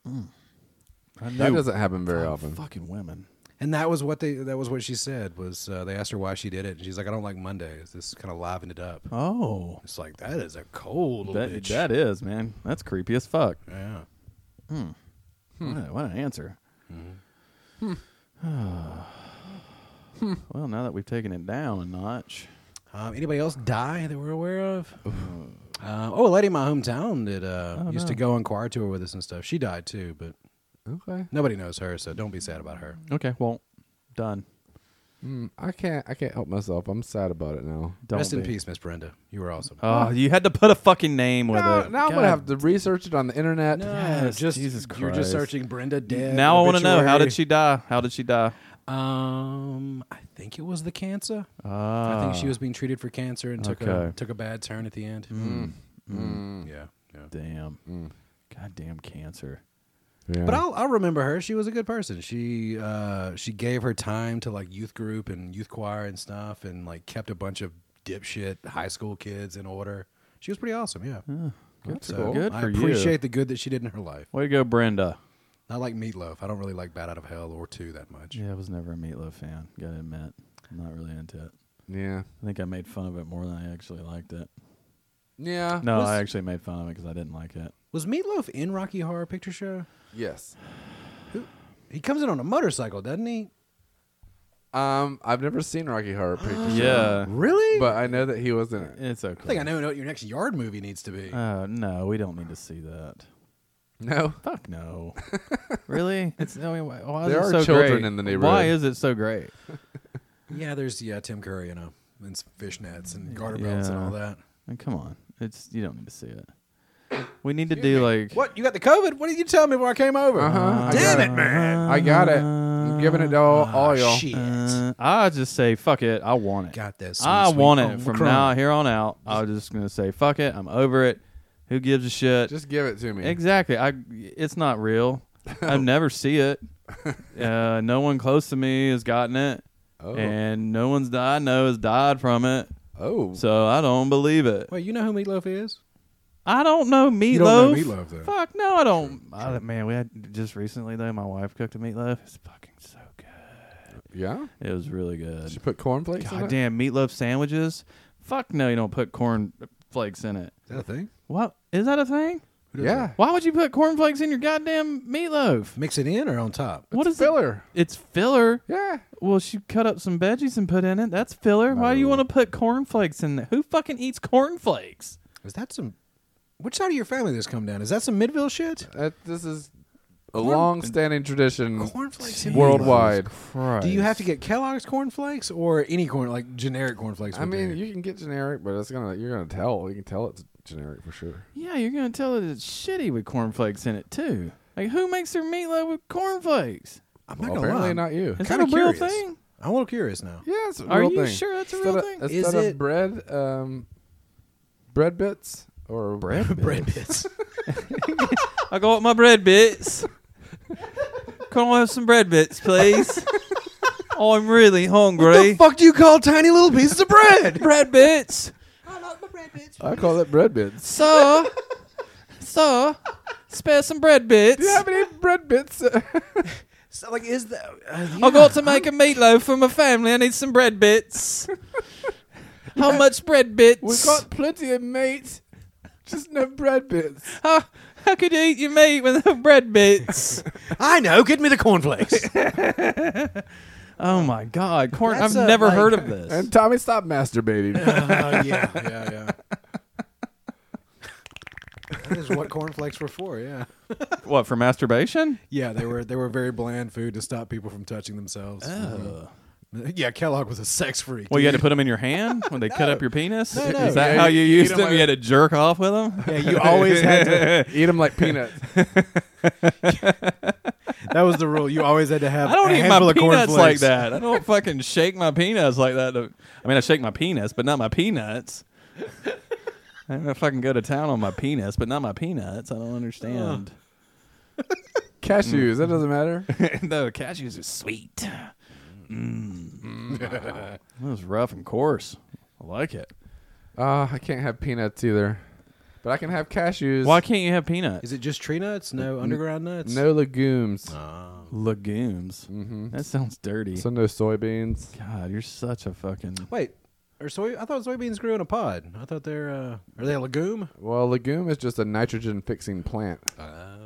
S1: That doesn't happen very often.
S4: Fucking women.
S3: And that was what they that was what she said was uh, they asked her why she did it and she's like I don't like Mondays. This kind of livened it up.
S4: Oh.
S3: It's like that is a cold little
S4: That,
S3: bitch.
S4: that is, man. That's creepy as fuck.
S3: yeah. Hmm.
S4: What, a- what an answer.
S3: Mm-hmm. Hmm.
S4: well, now that we've taken it down a notch.
S3: Um, anybody else die that we're aware of? Uh, oh, a lady in my hometown that uh,
S4: Oh,
S3: used to go on choir tour with us and stuff. She died too, but
S1: Okay.
S3: nobody knows her, so don't be sad about her.
S4: Okay, well, done.
S1: Mm, I can't. I can't help myself. I'm sad about it now.
S4: Don't
S3: Rest in
S4: be.
S3: peace, Miss Brenda. You were awesome.
S4: Oh, you had to put a fucking name with
S1: Now,
S4: it.
S1: now I'm
S4: God
S1: gonna have to research it on the internet.
S4: Yes, Jesus
S3: You're
S4: Christ.
S3: just searching Brenda dead.
S4: Now I want to know how did
S3: obituary.
S4: she die? How did she die?
S3: Um, I think it was the cancer. I
S4: Ah,
S3: think she was being treated for cancer and took a
S4: Okay. Hmm.
S3: took a bad turn at the end.
S1: Mm.
S4: Mm.
S3: Mm. Yeah, yeah.
S4: Damn. Goddamn cancer.
S1: Yeah.
S3: But I'll I'll remember her. She was a good person. She uh she gave her time to like youth group and youth choir and stuff, and like kept a bunch of dipshit high school kids in order. She was pretty awesome. Yeah,
S4: That's
S3: So
S4: good
S3: I
S4: for you.
S3: appreciate the good that she did in her life.
S4: Way to go, Brenda.
S3: Not like meatloaf. I don't really like Bad Out of Hell or Two that much.
S4: Yeah, I was never a meatloaf fan. Gotta admit, I'm not really into it.
S1: yeah.
S4: I think I made fun of it more than I actually liked it.
S1: Yeah.
S4: No,
S3: Was-
S4: I actually made fun of it because I didn't like it.
S3: Was Meatloaf in Rocky Horror Picture Show?
S1: Yes.
S3: He comes in on a motorcycle, doesn't he?
S1: Um, I've never seen Rocky Horror Picture Show,
S4: Yeah,
S3: Really?
S1: but I know that he was in it.
S4: it's okay.
S3: I think I know what your next yard movie needs to be.
S4: Oh no, we don't need to see that.
S1: No.
S4: Fuck no. really? It's I mean, why, why is
S1: There
S4: it
S1: are
S4: so
S1: children
S4: great?
S1: in the
S4: Why
S1: neighborhood.
S4: is it so great?
S3: yeah, there's yeah Tim Curry and uh, and s- fishnets and garter
S4: Yeah.
S3: belts and all that.
S4: And come on, it's you don't need to see it. We need to do like
S3: What you got the COVID? What did you tell me when I came over? Ah,
S1: Uh
S4: Uh-huh.
S1: huh.
S3: Damn it,
S1: man! I got it. I'm giving it to all,
S4: Oh, Ah,
S1: all y'all.
S3: Shit,
S4: Uh, I just say fuck it. I want it.
S3: got this.
S4: I want it from now here on out. I was just gonna say fuck it. I'm over it. Who gives a shit?
S1: Just give it to me.
S4: Exactly. I. It's not real. I never see it. Uh, no one close to me has gotten it,
S1: Oh.
S4: and no one's that I know has died from it.
S1: oh.
S4: So I don't believe it.
S3: Wait, you know who Meatloaf is?
S4: I don't know meatloaf.
S3: don't know meatloaf, though.
S4: Fuck no, I don't. I, man, we had just recently though. My wife cooked a meatloaf. It's fucking so good.
S1: Yeah.
S4: It was really good.
S1: She put cornflakes in it.
S4: Goddamn meatloaf sandwiches. Fuck no, you don't put corn flakes in it.
S3: Is that a thing?
S4: What is that a thing?
S1: Yeah.
S4: Why would you put cornflakes in your goddamn meatloaf?
S3: Mix it in or on top?
S4: What is it?
S1: filler?
S4: It's filler.
S1: Yeah.
S4: Well, she cut up some veggies and put in it. That's filler. Why do you want to put cornflakes in there? Who fucking eats cornflakes?
S3: Is that some? Which side of your family this come down? Is that some Midville shit?
S1: That, this is a long-standing
S4: Mm.
S1: tradition
S3: Cornflakes in
S1: worldwide.
S3: Do you have to get Kellogg's cornflakes or any corn like generic cornflakes?
S1: I
S3: would
S1: mean,
S3: do?
S1: you can get generic, but it's gonna you're gonna tell. You can tell it's generic for sure.
S4: Yeah, you're gonna tell it it's shitty with cornflakes in it too. Like who makes their meatloaf with cornflakes?
S3: I'm
S1: Well,
S3: not gonna
S1: apparently
S3: lie.
S1: not you.
S4: Is
S3: kinda
S4: that a real
S3: curious.
S4: thing?
S3: I'm a little curious now.
S1: Yeah, it's a real
S4: Are you
S1: thing.
S4: sure that's a
S1: Instead
S4: real
S1: of-
S4: thing?
S1: Instead
S3: Is
S1: of
S3: it-
S1: bread, um, bread bits or
S4: Bread,
S3: Bread bits.
S4: I got my bread bits. Can I have some bread bits, please? Oh, I'm really hungry.
S3: fuck do you call tiny little pieces of bread?
S4: bread bits,
S1: I call it bread bits.
S4: sir. sir, spare some bread bits.
S1: Do you have any bread bits?
S3: So, like, is uh, that? Oh,
S4: I got to make a meatloaf for my family. I need some bread bits. How much bread bits?
S1: We've got plenty of meat, just no bread bits.
S4: How, how could you eat your meat without bread bits?
S3: I know. Get me the cornflakes.
S4: oh my God, corn!
S3: That's
S4: I've
S3: a,
S4: never
S3: like-
S4: heard of this.
S1: And Tommy, stop masturbating.
S3: yeah, yeah, yeah. That is what cornflakes were for. Yeah.
S4: what for masturbation?
S3: Yeah, they were they were very bland food to stop people from touching themselves. Oh.
S4: Oh.
S3: Uh, Yeah, Kellogg was a sex freak.
S4: Well, you had to put them in your hand when they cut up your penis.
S3: No, no.
S4: Is that
S1: Yeah,
S4: how
S1: you-
S4: you,
S1: you eat
S4: used
S1: 'em
S4: them?
S1: like-
S4: You had to jerk off with them.
S3: yeah, you always had to.
S1: Eat them like peanuts.
S3: That was the rule. You always had to have.
S4: I don't
S3: a
S4: eat my
S3: handful of
S4: peanuts like
S3: cornflakes.
S4: that. I don't fucking shake my peanuts like that. to- I mean, I shake my penis, but not my peanuts. I don't fucking go to town on my penis, but not my peanuts. I don't understand.
S1: Cashews.
S4: Mm.
S1: That doesn't matter.
S4: no, cashews are sweet. Mm. that was rough and coarse. I like it.
S1: Uh, I can't have peanuts either, but I can have cashews.
S4: Why can't you have peanuts?
S3: Is it just tree nuts? No underground nuts?
S1: No legumes.
S3: Oh.
S4: Legumes.
S1: hmm
S4: That sounds dirty.
S1: So no soybeans.
S4: God, you're such a fucking.
S3: Wait, are soy? I thought soybeans grew in a pod. I thought they're uh, are they a legume?
S1: Well, legume is just a nitrogen fixing plant.
S3: Uh,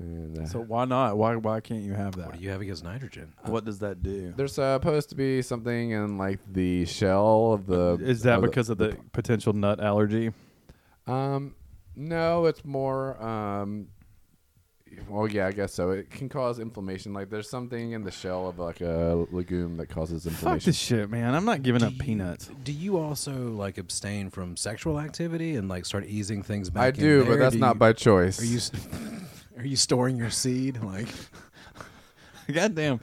S1: And, uh,
S4: So why not? Why why can't you have that?
S3: What do you have against nitrogen?
S4: What does that do?
S1: there's supposed to be something in like the shell of the.
S4: Is that
S1: of the-
S4: because of the potential nut allergy?
S1: Um, no, it's more. Um, well, yeah, I guess so. It can cause inflammation. Like there's something in the shell of like a legume that causes
S4: Fuck
S1: inflammation.
S4: this shit, man. I'm not giving
S3: Do
S4: up
S3: you-
S4: peanuts.
S3: Do you also like abstain from sexual activity and like start easing things back?
S1: I
S3: in
S1: do,
S3: there?
S1: but that's
S3: Do
S1: not
S3: you-
S1: by choice.
S3: Are you s- are you storing your seed? Like
S4: Goddamn.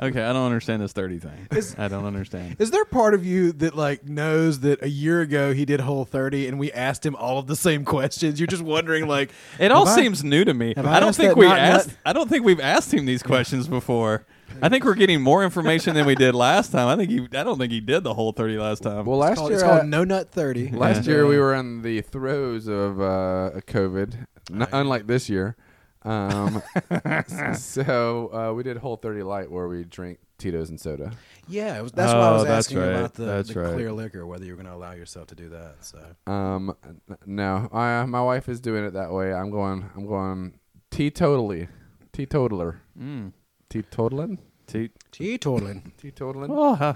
S4: Okay, I don't understand this thirty thing.
S3: Is-
S4: I don't understand.
S3: Is there part of you that like knows that a year ago he did Whole 30 and we asked him all of the same questions? You're just wondering like
S4: It all
S3: have I-
S4: seems new to me.
S3: have I
S4: I don't
S3: asked
S4: think
S3: that
S4: we
S3: nut nut?
S4: asked. I don't think we've asked him these questions before. I think we're getting more information than we did last time. I think he. I don't think he did the whole thirty last time.
S1: well,
S3: it's
S1: last
S3: called,
S1: year,
S3: it's called
S1: I-
S3: No Nut 30.
S1: last year we were in the throes of uh, COVID, n- unlike this year. Um, so uh, we did Whole 30 Light where we drink Tito's and soda.
S3: Yeah, it was, that's why I
S4: Oh,
S3: was
S4: that's
S3: asking
S4: right.
S3: about the,
S4: That's
S3: the
S4: right.
S3: clear liquor whether you're going to allow yourself to do that. So
S1: Um, n- no, I, uh, my wife is doing it that way. I'm going. I'm going teetotally, teetotaler,
S4: Mm.
S1: teetotaling,
S4: Toot.
S3: teetotaling.
S1: teetotaling.
S4: Oh, uh,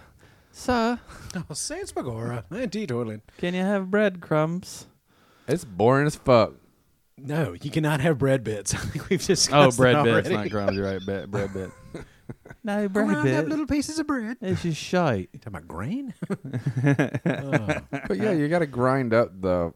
S4: sir,
S3: oh, Saint Spagora. Eh, Teetotaling.
S4: can you have breadcrumbs?
S1: It's boring as fuck.
S3: No, you cannot have bread bits. I think we've discussed
S4: Oh,
S3: that
S4: bread bits,
S3: already.
S4: not crumbs. You're right, bread, bread bit. no
S3: Come around, have
S4: bread bit.
S3: little pieces of bread.
S4: It's just shite.
S3: Talking about grain? Oh.
S1: But yeah, you got to grind up the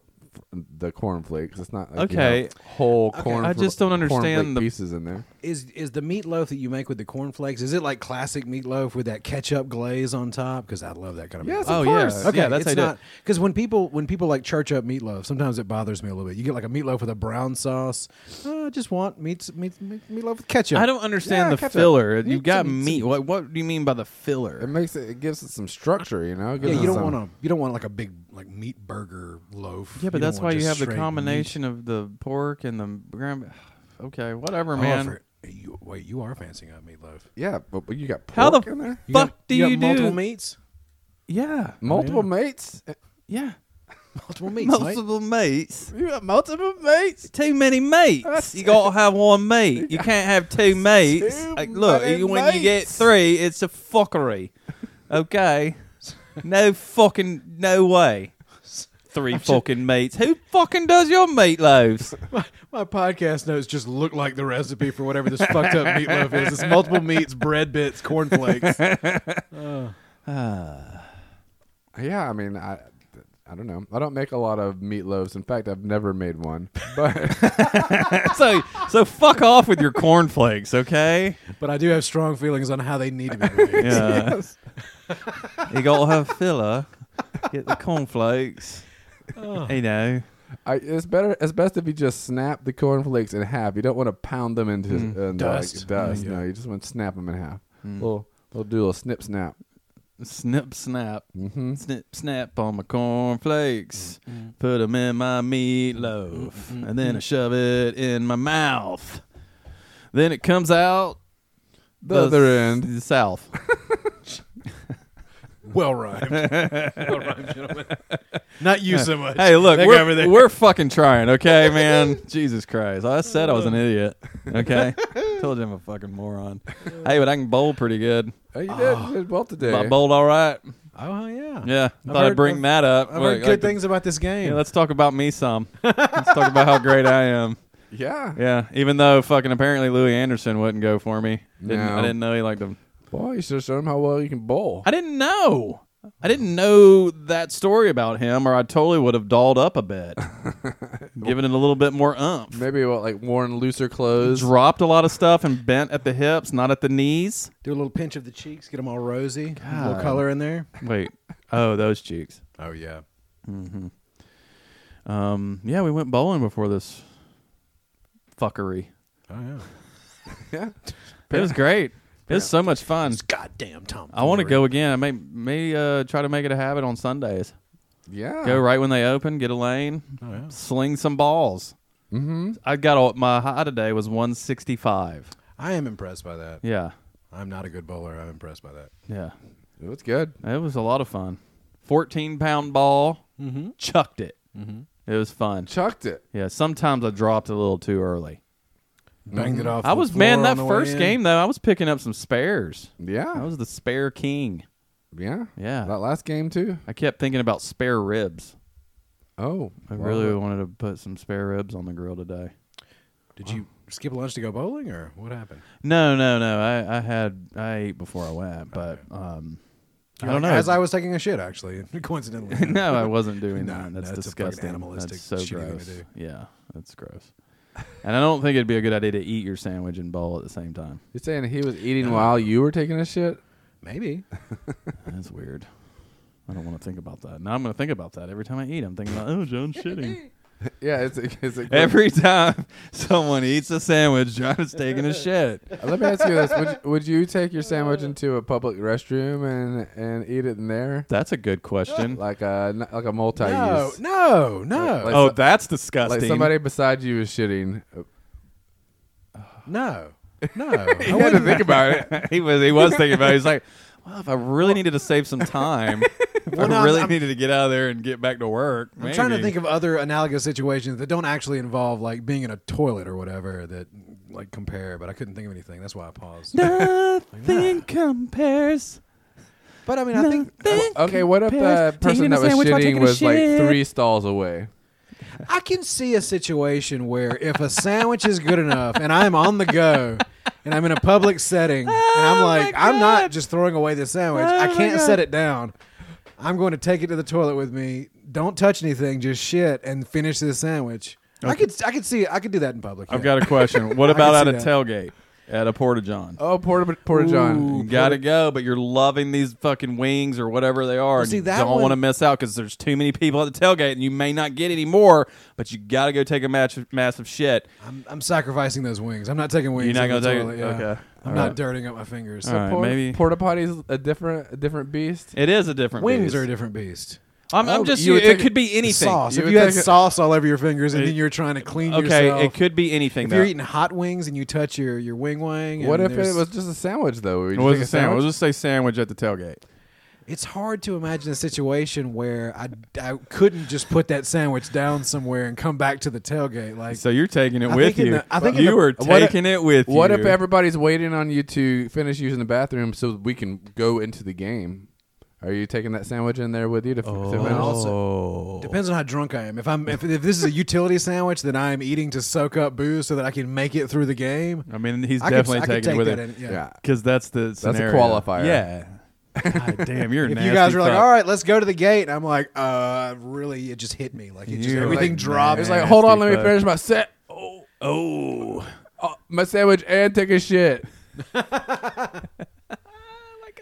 S1: the cornflakes. It's not like you
S4: Okay.
S1: have whole corn.
S4: I just don't
S1: cornflake
S4: understand the-
S1: pieces in there.
S3: Is is the meatloaf that you make with the cornflakes? Is it like classic meatloaf with that ketchup glaze on top? Because I love that kind of.
S1: Yes, of
S3: meatloaf.
S4: Oh, yeah.
S1: course.
S4: Okay, that's how
S3: it's
S4: you do it.
S3: not because when people when people like church up meatloaf, sometimes it bothers me a little bit. You get like a meatloaf with a brown sauce. Oh, I just want meats, meat, meat, meatloaf with ketchup.
S4: I don't understand
S1: Yeah,
S4: the
S1: ketchup.
S4: filler.
S1: You
S4: You got
S1: can-
S4: meat. What What do you mean by the
S1: It
S4: filler?
S1: makes it. It gives it some structure. You know. It
S3: Yeah,
S1: gives
S3: you
S1: it
S3: don't
S1: some-
S3: want to. You don't want like a big like meat burger loaf.
S4: Yeah, but
S3: don't
S4: that's why
S3: want
S4: you
S3: just
S4: have the
S3: straight meat.
S4: combination of the pork and the gram. Okay, whatever,
S3: Oh,
S4: man.
S3: for- you, wait, you are fancying up meatloaf.
S1: Yeah, but, but you got pork
S4: How the
S1: in there.
S3: You
S4: fuck
S3: got-
S4: do
S3: got
S4: you
S3: multiple
S4: do?
S3: meats?
S4: Yeah,
S1: Multiple mates.
S4: yeah.
S3: Multiple meats. mate.
S4: Multiple mates.
S1: You got multiple mates.
S4: Too many mates. You gotta have one mate. You can't have two mates.
S1: Too
S4: Like, look,
S1: many
S4: you- when you get
S1: mates.
S4: three, it's a fuckery. Okay, no fucking no way. Three fucking mates. Who fucking does your meatloaves?
S3: My, my podcast notes just look like the recipe for whatever this fucked up meatloaf is. It's multiple meats, bread bits, cornflakes.
S4: Ah.
S1: Yeah, I mean, I, I don't know. I don't make a lot of meatloaves. In fact, I've never made one. But
S4: so so fuck off with your cornflakes, okay?
S3: But I do have strong feelings on how they need to be made.
S4: Yeah. You gotta have filler. Get the cornflakes.
S1: Oh.
S4: You know.
S1: I, it's better. It's best if you just snap the cornflakes in half. You don't want to pound them into
S4: Mm.
S1: into, like,
S3: Dust.
S1: dust.
S3: Yeah.
S1: No, you just want to snap them in half.
S4: Mm.
S1: Little little do a little snip snap.
S4: Snip snap.
S1: Mm-hmm.
S4: Snip snap on my cornflakes. Put 'em in my meatloaf.
S1: Mm-hmm.
S4: And then I shove it in my mouth. Then it comes out
S1: The other end.
S4: the south.
S3: Well rhymed. well rhymed, gentlemen. Not you so much.
S4: Hey, look,
S3: That guy
S4: we're,
S3: over there.
S4: we're fucking trying, okay, man? Jesus Christ. I said I was an idiot, okay? Told you I'm a fucking moron. Hey, but I can bowl pretty good.
S1: Oh, you did. You did well today.
S4: I bowled all right.
S3: Oh, yeah.
S4: Yeah,
S3: I've
S4: thought
S3: heard-
S4: I'd bring
S3: I've-
S4: that up.
S3: I've
S4: Like-
S3: heard good
S4: like-
S3: things about this game.
S4: Yeah, let's talk about me some. let's talk about how great I am.
S1: Yeah.
S4: Yeah, even though fucking apparently Louis Anderson wouldn't go for me. Didn't,
S1: No.
S4: I didn't know he liked him.
S1: Boy, you should have shown him how well you can bowl.
S4: I didn't know. I didn't know that story about him, or I totally would have dolled up a bit, given it a little bit more umph.
S1: Maybe what like worn looser clothes.
S4: dropped a lot of stuff and bent at the hips, not at the knees.
S3: Do a little pinch of the cheeks, get them all rosy, a
S4: God.
S3: little color in there.
S4: Wait, oh, those cheeks.
S3: Oh, yeah.
S4: Um, yeah, we went bowling before this fuckery.
S3: Oh, yeah.
S1: yeah.
S4: It was great. It was so much fun.
S3: It's goddamn Tom.
S4: I want to
S3: Ford.
S4: go again. I may may uh, try to make it a habit on Sundays.
S1: Yeah.
S4: Go right when they open, get a lane,
S3: Oh, yeah.
S4: sling some balls.
S1: Mm-hmm.
S4: I got all, my high today was 165.
S3: I am impressed by that.
S4: Yeah.
S3: I'm not a good bowler. I'm impressed by that.
S4: Yeah.
S1: It was good.
S4: It was a lot of fun. 14 pound ball,
S3: Mhm.
S4: chucked it. It was fun.
S1: Chucked it.
S4: Yeah, sometimes I dropped a little too early.
S3: Banged it off.
S4: Mm-hmm. I
S3: the
S4: was
S3: floor
S4: man that
S3: on the way
S4: first
S3: in.
S4: game though. I was picking up some spares. I
S1: Yeah.
S4: was the spare king.
S1: Yeah.
S4: Yeah.
S1: That last game too.
S4: I kept thinking about spare ribs.
S1: Oh.
S4: I
S1: well,
S4: really wanted to put some spare ribs on the grill today.
S3: Did you skip lunch to go bowling, or what happened?
S4: No, no, no. I, I had I ate before I went, but um, I don't know.
S3: As I was taking a shit, actually, coincidentally.
S4: no, I wasn't doing
S3: No,
S4: that. That's
S3: that's a fucking
S4: disgusting.
S3: animalistic,
S4: that's so
S3: shitty thing to
S4: gross.
S3: do.
S4: Yeah, that's gross. and I don't think it'd be a good idea to eat your sandwich and bowl at the same time.
S1: You're saying he was eating while you were taking a shit?
S3: Maybe.
S4: That's weird. I don't want to think about that. Now I'm going to think about that every time I eat. I'm thinking about oh, John's shitting.
S1: Yeah. It's, it's a
S4: Every time someone eats a sandwich, John is taking a shit.
S1: Let me ask you this: would you, would you take your sandwich into a public restroom and and eat it in there,
S4: That's a good question.
S1: like a n- like a multi-use?
S3: No, no, no,
S1: Like-
S4: oh,
S1: so-
S4: that's
S1: Like
S4: disgusting.
S1: somebody beside you is shitting.
S3: no, no.
S1: I had to think about it.
S4: he was he was thinking about. it. He's like, well, if I really needed to save some time, if
S3: Well, no,
S4: I
S3: I'm-
S4: really
S3: I'm-
S4: needed to get out of there and get back to work.
S3: I'm trying to think of other analogous situations that don't actually involve like being in a toilet or whatever that like compare, but I couldn't think of anything. That's why I paused.
S4: nothing compares.
S3: But I mean, I think
S1: Okay, what if
S4: Paris,
S1: the
S4: taking
S1: person
S4: a
S1: that was
S4: sandwich while taking
S1: shitting
S4: a
S1: was like
S4: shit.
S1: three stalls away?
S3: I can see a situation where if a sandwich is good enough and I'm on the go and I'm in a public setting and I'm like, I'm not just throwing away the sandwich. I can't set it down. I'm going to take it to the toilet with me. Don't touch anything. Just shit and finish this sandwich. I could, I could see, I could do that in public.
S4: I've
S3: yeah.
S4: got a question. What
S3: I
S4: about
S3: can
S4: at
S3: see
S4: a
S3: that.
S4: tailgate at a porta john?
S1: Oh, Porta Porta John.
S4: You gotta go, but you're loving these fucking wings or whatever they are. and
S3: see,
S4: you
S3: that
S4: don't
S3: one-
S4: want to miss out because there's too many people at the tailgate, and you may not get any more. But you gotta go take a match, massive shit.
S3: I'm, I'm sacrificing those wings. I'm not taking wings.
S4: You're not
S3: in
S4: gonna
S3: the
S4: take
S3: toilet,
S4: it.
S3: yeah.
S4: Okay,
S3: I'm
S4: All
S3: not
S4: right.
S3: dirtying up my fingers.
S4: All right,
S1: Porta-
S4: maybe
S1: Porta Potty's a different a different beast.
S4: it is a different.
S3: Wings
S4: beast.
S3: are a different beast.
S4: I'm, I'm
S1: Oh,
S4: just.
S1: you would
S4: it
S1: take-
S4: could be anything.
S3: Sauce.
S1: You
S3: if
S1: would
S3: you had
S1: take a-
S3: sauce all over your fingers and
S4: It-
S3: then you're trying to clean
S4: Okay,
S3: yourself.
S4: it could be anything.
S3: If
S4: though.
S3: you're eating hot wings and you touch your, your wing wang,
S1: What
S3: and
S1: if
S3: there's-
S1: it was just a sandwich though? Would
S4: it
S1: you
S4: was
S1: take
S4: a sandwich. We'll just say sandwich at the tailgate.
S3: It's hard to imagine a situation where I, I couldn't just put that sandwich down somewhere and come back to the tailgate. Like,
S4: So you're taking it
S3: I
S4: with
S3: think in
S4: you.
S3: the- I think in
S4: you
S3: the-
S4: were
S1: what if-
S4: taking it with
S1: What
S4: you.
S1: if everybody's waiting on you to finish using the bathroom so we can go into the game? Are you taking that sandwich in there with you to, f-
S4: Oh.
S1: to
S3: and
S1: finish?
S3: also depends on how drunk I am. If I'm if, if this is a utility sandwich, then I'm eating to soak up booze so that I can make it through the game.
S4: I mean, he's
S3: I could-
S4: definitely
S3: I could
S4: taking
S3: take
S4: it with
S3: that
S4: him
S3: in, yeah.
S1: Yeah.
S4: because that's the
S1: a
S4: scenario.
S1: qualifier.
S4: Yeah. God damn, you're. a
S3: If
S4: nasty
S3: you guys were like,
S4: fuck.
S3: "All right, let's go to the gate," I'm like, "Uh, really?" It just hit me. Like, it just,
S4: You're
S3: everything
S4: like,
S3: dropped.
S1: It's like, hold on, let me
S4: fuck.
S1: finish my set. Oh, oh, my sandwich and take a shit.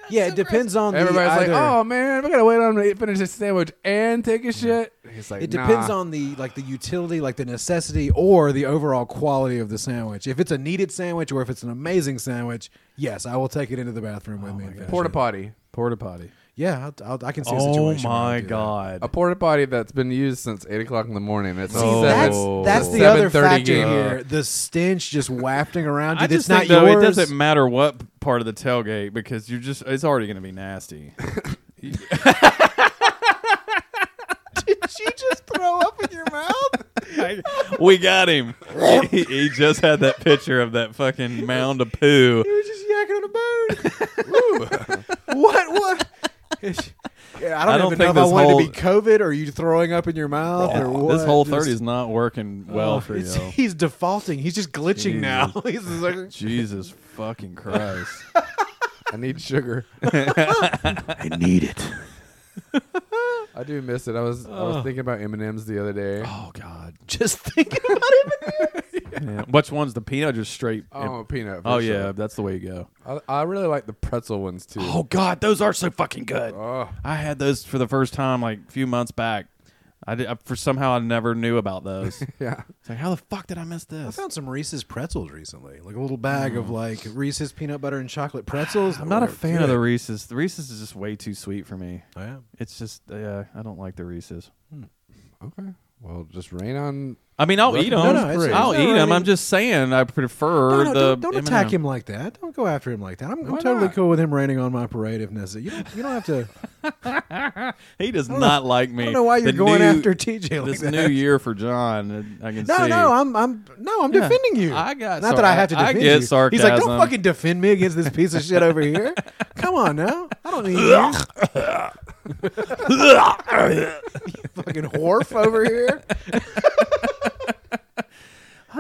S3: yeah, it depends on
S1: Everybody's
S3: the
S1: like,
S3: either-
S1: oh man, we gotta wait on him to finish his sandwich and take a shit. It's like,
S3: It depends
S1: nah.
S3: on the like the utility, like the necessity, or the overall quality of the sandwich. If it's a needed sandwich, or if it's an amazing sandwich, yes, I will take it into the bathroom
S4: Oh
S3: with me. and finish
S1: porta
S3: it.
S1: potty.
S4: porta potty.
S3: Yeah, I'll, I'll, I can see. a
S4: Oh
S3: situation where I
S4: my
S3: would do that.
S4: god.
S1: A porta potty that's been used since eight o'clock in the morning. It's
S3: See,
S1: a
S4: Oh.
S1: seven-
S3: that's that's
S1: it's a
S3: the other
S1: 7:30
S3: factor
S1: game.
S3: here. The stench just wafting around you.
S4: I
S3: that's
S4: just
S3: not
S4: think though,
S3: yours.
S4: it doesn't matter what part of the tailgate because you're just. It's already going to be nasty.
S3: Did you just throw up in your mouth?
S4: we got him. he, he just had that picture of that fucking mound of poo.
S3: You were just yakking on a bone. Ooh. what? What? Yeah, I don't,
S4: I don't
S3: even
S4: think
S3: know if I
S4: this
S3: wanted
S4: whole-
S3: to be COVID or you throwing up in your mouth or what.
S4: This whole
S3: Just- Oh,
S4: thirty is not working well for
S3: It's-
S4: you.
S3: He's defaulting. He's just glitching now. He's just like,
S4: Jesus fucking Christ!
S1: I need sugar.
S4: I need it.
S1: I do miss it. I was I was thinking about M and M's the other day.
S4: Oh God!
S3: just thinking about him.
S4: Which one's the peanut? Just straight.
S1: Oh, peanut. for
S4: Oh,
S1: sure.
S4: yeah, Oh. that's the way you go.
S1: I, I really like the pretzel ones too.
S4: Oh God, those are so fucking good.
S1: Oh.
S4: I had those for the first time like a few months back. I, did, I for somehow I never knew about those. it's
S1: Yeah.
S4: like how the fuck did I miss
S3: I
S4: this?
S3: found some Reese's pretzels recently, like a little bag of like Reese's peanut butter and chocolate pretzels.
S4: I'm not a
S3: They're
S4: fan of the
S3: good.
S4: Reese's. The Reese's is just way too sweet for me.
S3: Oh, yeah.
S4: It's just yeah, I don't like the Reese's.
S1: Okay. Well, just rain on.
S4: I mean, I'll eat them.
S3: No, no, it's-
S4: I'll
S3: it's
S4: eat
S3: not
S4: them.
S3: really-
S4: I'm just saying I prefer
S3: No, no,
S4: the.
S3: don't, don't attack
S4: M&M.
S3: him like that. Don't go after him like that. I'm, I'm
S1: Why
S3: totally
S1: not?
S3: cool with him raining on my parade if necessary. You don't, you don't have to.
S4: He does not like me.
S3: I don't know why
S4: The
S3: you're going
S4: new-
S3: after TJ like
S4: this
S3: that.
S4: new year for John. and I can
S3: No,
S4: see.
S3: no, I'm, I'm, no, I'm
S4: Yeah.
S3: defending you.
S4: I got
S3: not that I
S4: sorry,
S3: have to
S4: I
S3: defend
S4: get
S3: you. He's like,
S4: sarcasm.
S3: don't fucking defend me against this piece of shit over here. Come on now, I don't need you. You fucking whorf over here.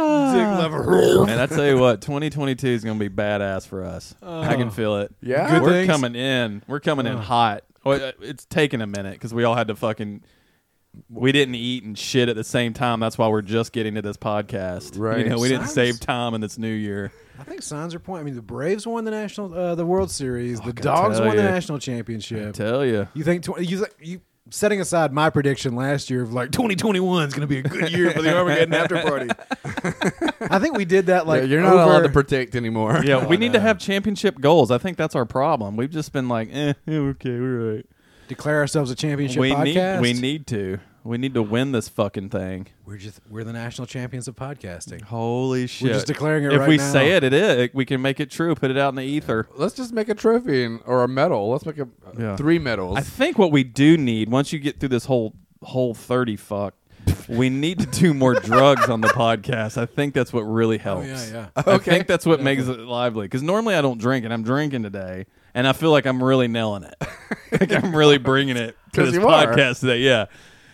S4: And I tell you what, 2022 is going to be badass for us. I can feel it.
S1: Yeah?
S3: Good
S4: we're
S3: things?
S4: coming in. We're coming in hot. Well, uh, It's taken a minute because we all had to fucking. We didn't eat and shit at the same time. That's why we're just getting to this podcast.
S1: Right.
S4: You know, we didn't
S3: Sounds-
S4: save time in this new year.
S3: I think signs are pointing. I mean, the Braves won the national, uh, the World Series. the
S4: can
S3: Dogs
S4: tell
S3: won the
S4: you.
S3: national
S4: I
S3: championship.
S4: tell you.
S3: You think tw- you, think- you setting aside my prediction last year of like 2021 is going to be a good year for the Armageddon after party. I think we did that like
S1: yeah, you're not allowed to
S3: over-
S1: predict anymore.
S4: Yeah, we need to have championship goals. I think that's our problem. We've just been like, eh, yeah, okay, we're right.
S3: declare ourselves a championship
S4: We need,
S3: podcast.
S4: we need to. We need to win this fucking thing.
S3: We're just we're the national champions of podcasting.
S4: Holy shit!
S3: just declaring it
S4: If
S3: right
S4: we
S3: now.
S4: say it, it is. We can make it true. Put it out in the ether.
S1: Let's just make a trophy and, or a medal. Let's make a uh,
S4: Yeah.
S1: three medals.
S4: I think what we do need once you get through this whole whole thirty fuck, we need to do more drugs on the podcast. I think that's what really helps.
S3: Oh, yeah.
S4: I think that's what makes it lively. Because normally I don't drink, and I'm drinking today, and I feel like I'm really nailing it. like I'm really bringing it to
S1: 'Cause
S4: this
S1: you are.
S4: podcast today. Yeah,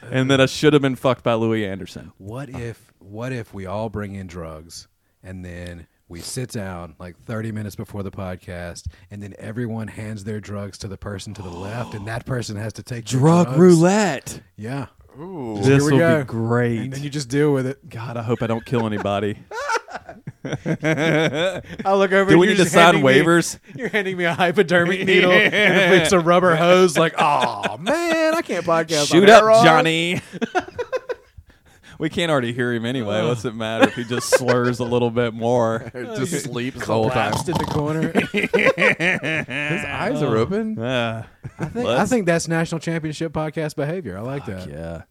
S4: and that I should have been fucked by Louis Anderson.
S3: What if what if we all bring in drugs and then we sit down like 30 minutes before the podcast and then everyone hands their drugs to the person to the left and that person has to take their drugs?
S4: roulette.
S3: Yeah.
S1: Ooh.
S4: This
S3: we
S4: will
S3: go.
S4: be great.
S3: And then you just deal with it.
S4: God, I hope I don't kill anybody.
S3: I look over
S4: Do
S3: and
S4: we
S3: you're
S4: need to
S3: just
S4: sign
S3: handing me-
S4: waivers?
S3: you're handing me a hypodermic needle and a piece of rubber hose like, "Oh, man, I can't podcast on
S4: Shoot up,
S3: heroin."
S4: Johnny. we can't already hear him anyway. What's it matter if he just slurs a little bit more?
S1: It just sleeps the whole time.
S3: Collapsed in the corner.
S1: His eyes are open.
S4: Ah,
S3: I think, I
S4: Let's-
S3: think that's national championship podcast behavior. I like that.
S4: yeah.